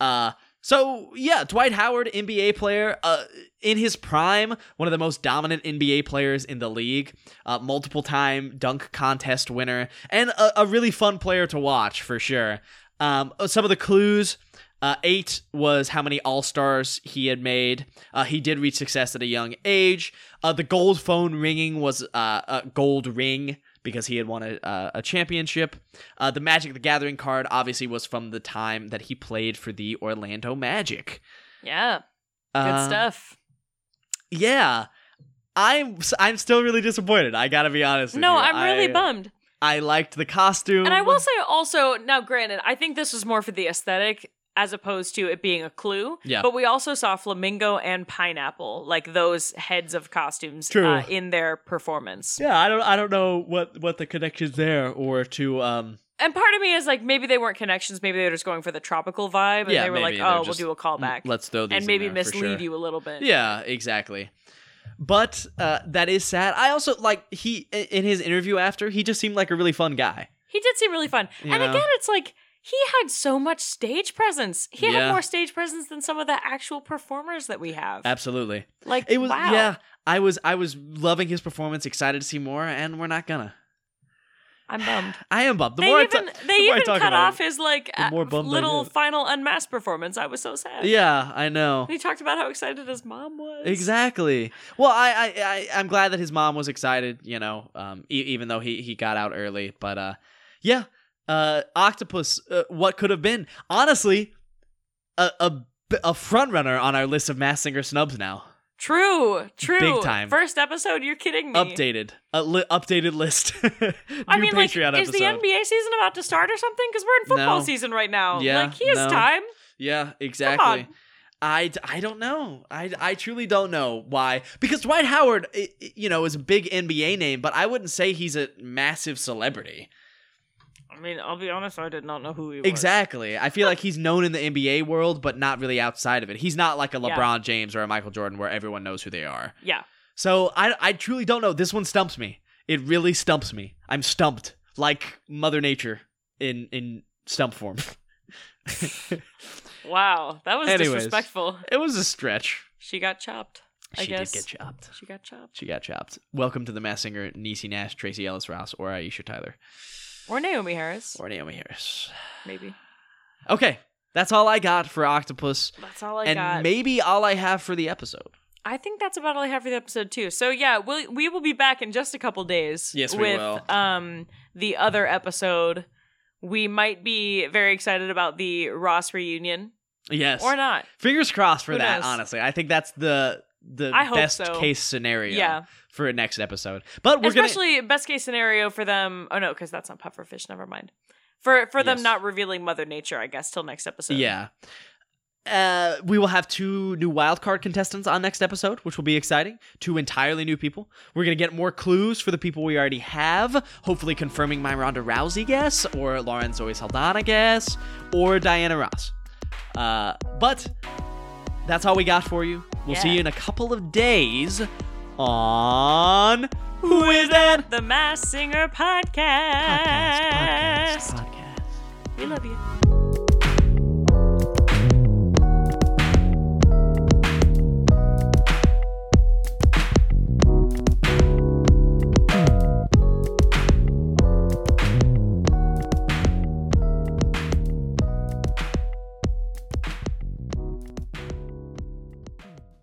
Speaker 1: Uh, so yeah, Dwight Howard, NBA player, uh, in his prime, one of the most dominant NBA players in the league, uh, multiple time dunk contest winner, and a, a really fun player to watch for sure. Um, uh, some of the clues. Uh, eight was how many All Stars he had made. Uh, he did reach success at a young age. Uh, the gold phone ringing was uh, a gold ring because he had won a, uh, a championship. Uh, the Magic the Gathering card obviously was from the time that he played for the Orlando Magic.
Speaker 2: yeah, good
Speaker 1: Uh,
Speaker 2: stuff.
Speaker 1: Yeah. I'm I'm still really disappointed. I gotta be honest. with
Speaker 2: No,
Speaker 1: you.
Speaker 2: I'm really
Speaker 1: I-
Speaker 2: bummed.
Speaker 1: I liked the costume.
Speaker 2: And I will say also, now granted, I think this was more for the aesthetic as opposed to it being a clue.
Speaker 1: Yeah.
Speaker 2: But we also saw flamingo and pineapple, like those heads of costumes
Speaker 1: True.
Speaker 2: Uh, in their performance.
Speaker 1: Yeah, I don't I don't know what what the connections there or to um.
Speaker 2: And part of me is like, maybe they weren't connections. Maybe they were just going for the tropical vibe. And
Speaker 1: Yeah,
Speaker 2: they were like,
Speaker 1: maybe they're
Speaker 2: oh, we'll
Speaker 1: just-
Speaker 2: do a callback.
Speaker 1: Let's throw these
Speaker 2: and
Speaker 1: in
Speaker 2: maybe
Speaker 1: there for
Speaker 2: mislead
Speaker 1: sure.
Speaker 2: you a little bit.
Speaker 1: Yeah, exactly. But uh, that is sad. I also like he i- in his interview after he just seemed like a really fun guy.
Speaker 2: He did seem really fun.
Speaker 1: You
Speaker 2: and
Speaker 1: know?
Speaker 2: again, it's like he had so much stage presence. He
Speaker 1: Yeah.
Speaker 2: had more stage presence than some of the actual performers that we have.
Speaker 1: Absolutely,
Speaker 2: Like
Speaker 1: it was
Speaker 2: wow.
Speaker 1: yeah. I was I was loving his performance, excited to see more, and we're not gonna.
Speaker 2: I'm bummed.
Speaker 1: I am bummed. The
Speaker 2: they
Speaker 1: more I
Speaker 2: even
Speaker 1: ta-
Speaker 2: they
Speaker 1: the more I
Speaker 2: even
Speaker 1: talk
Speaker 2: cut
Speaker 1: about
Speaker 2: off his like
Speaker 1: the
Speaker 2: uh,
Speaker 1: more bummed I
Speaker 2: little
Speaker 1: get.
Speaker 2: final unmasked performance. I was so sad.
Speaker 1: it. yeah, I know.
Speaker 2: And he talked about how excited his mom was.
Speaker 1: Exactly. Well, I, I, I I'm glad that his mom was excited. You know, um, e- even though he he got out early, but uh, yeah, uh, octopus. Uh, what could have been? Honestly, a a b- a front runner on our list of mass singer snubs now.
Speaker 2: True. True.
Speaker 1: Big time.
Speaker 2: First episode. You're kidding me.
Speaker 1: Updated, a li- updated list.
Speaker 2: I
Speaker 1: New
Speaker 2: mean, like,
Speaker 1: Patreon
Speaker 2: is the
Speaker 1: episode.
Speaker 2: NBA season about to start or something? Because we're in football
Speaker 1: No.
Speaker 2: season right now.
Speaker 1: Yeah,
Speaker 2: like he has
Speaker 1: no.
Speaker 2: time.
Speaker 1: Yeah,
Speaker 2: on.
Speaker 1: exactly. I, d- I don't know. I, I truly don't know why. Because Dwight Howard, i- i- you know, is a big NBA name, but I wouldn't say he's a massive celebrity.
Speaker 2: I mean, I'll be honest. I did not know who he was.
Speaker 1: Exactly. I feel like he's known in the NBA world, but not really outside of it. He's not like a
Speaker 2: Yeah.
Speaker 1: LeBron James or a Michael Jordan where everyone knows who they are.
Speaker 2: Yeah.
Speaker 1: So I, I truly don't know. This one stumps me. It really stumps me. I'm stumped like Mother Nature in, in stump form.
Speaker 2: Wow, that was
Speaker 1: Anyways.
Speaker 2: disrespectful.
Speaker 1: it was a stretch.
Speaker 2: She got chopped. I
Speaker 1: she
Speaker 2: guess
Speaker 1: did get chopped.
Speaker 2: she got chopped.
Speaker 1: She got chopped. Welcome to the Mass Singer, Niecy Nash, Tracy Ellis Ross, or Aisha Tyler,
Speaker 2: Or Naomi Harris,
Speaker 1: or Naomi Harris.
Speaker 2: maybe.
Speaker 1: Okay, that's all I got for Octopus,
Speaker 2: That's all I
Speaker 1: and
Speaker 2: got.
Speaker 1: maybe all I have for the episode.
Speaker 2: I think that's about all I have for the episode too. So yeah, we'll, we will be back in just a couple days.
Speaker 1: Yes, we
Speaker 2: with,
Speaker 1: will.
Speaker 2: Um, the other episode, we might be very excited about the Ross reunion
Speaker 1: Yes,
Speaker 2: or not.
Speaker 1: Fingers crossed for
Speaker 2: Who
Speaker 1: that.
Speaker 2: knows?
Speaker 1: Honestly, I think that's the the
Speaker 2: I hope
Speaker 1: best
Speaker 2: so.
Speaker 1: case scenario.
Speaker 2: Yeah.
Speaker 1: for next episode. But we're
Speaker 2: Especially best case scenario for them. Oh no, because that's not pufferfish. Never mind. for for them
Speaker 1: Yes.
Speaker 2: not revealing Mother Nature, I guess, till next episode.
Speaker 1: Yeah. Uh, we will have two new wildcard contestants on next episode, which will be exciting. Two entirely new people. We're going to get more clues for the people we already have, hopefully confirming my Ronda Rousey guess, or Lauren Zoe Saldana guess, or Diana Ross. Uh, but that's all we got for you. We'll see
Speaker 2: Yeah.
Speaker 1: you in a couple of days on Who Is That?
Speaker 2: The Mass Singer Podcast.
Speaker 1: podcast, podcast. podcast.
Speaker 2: We love you.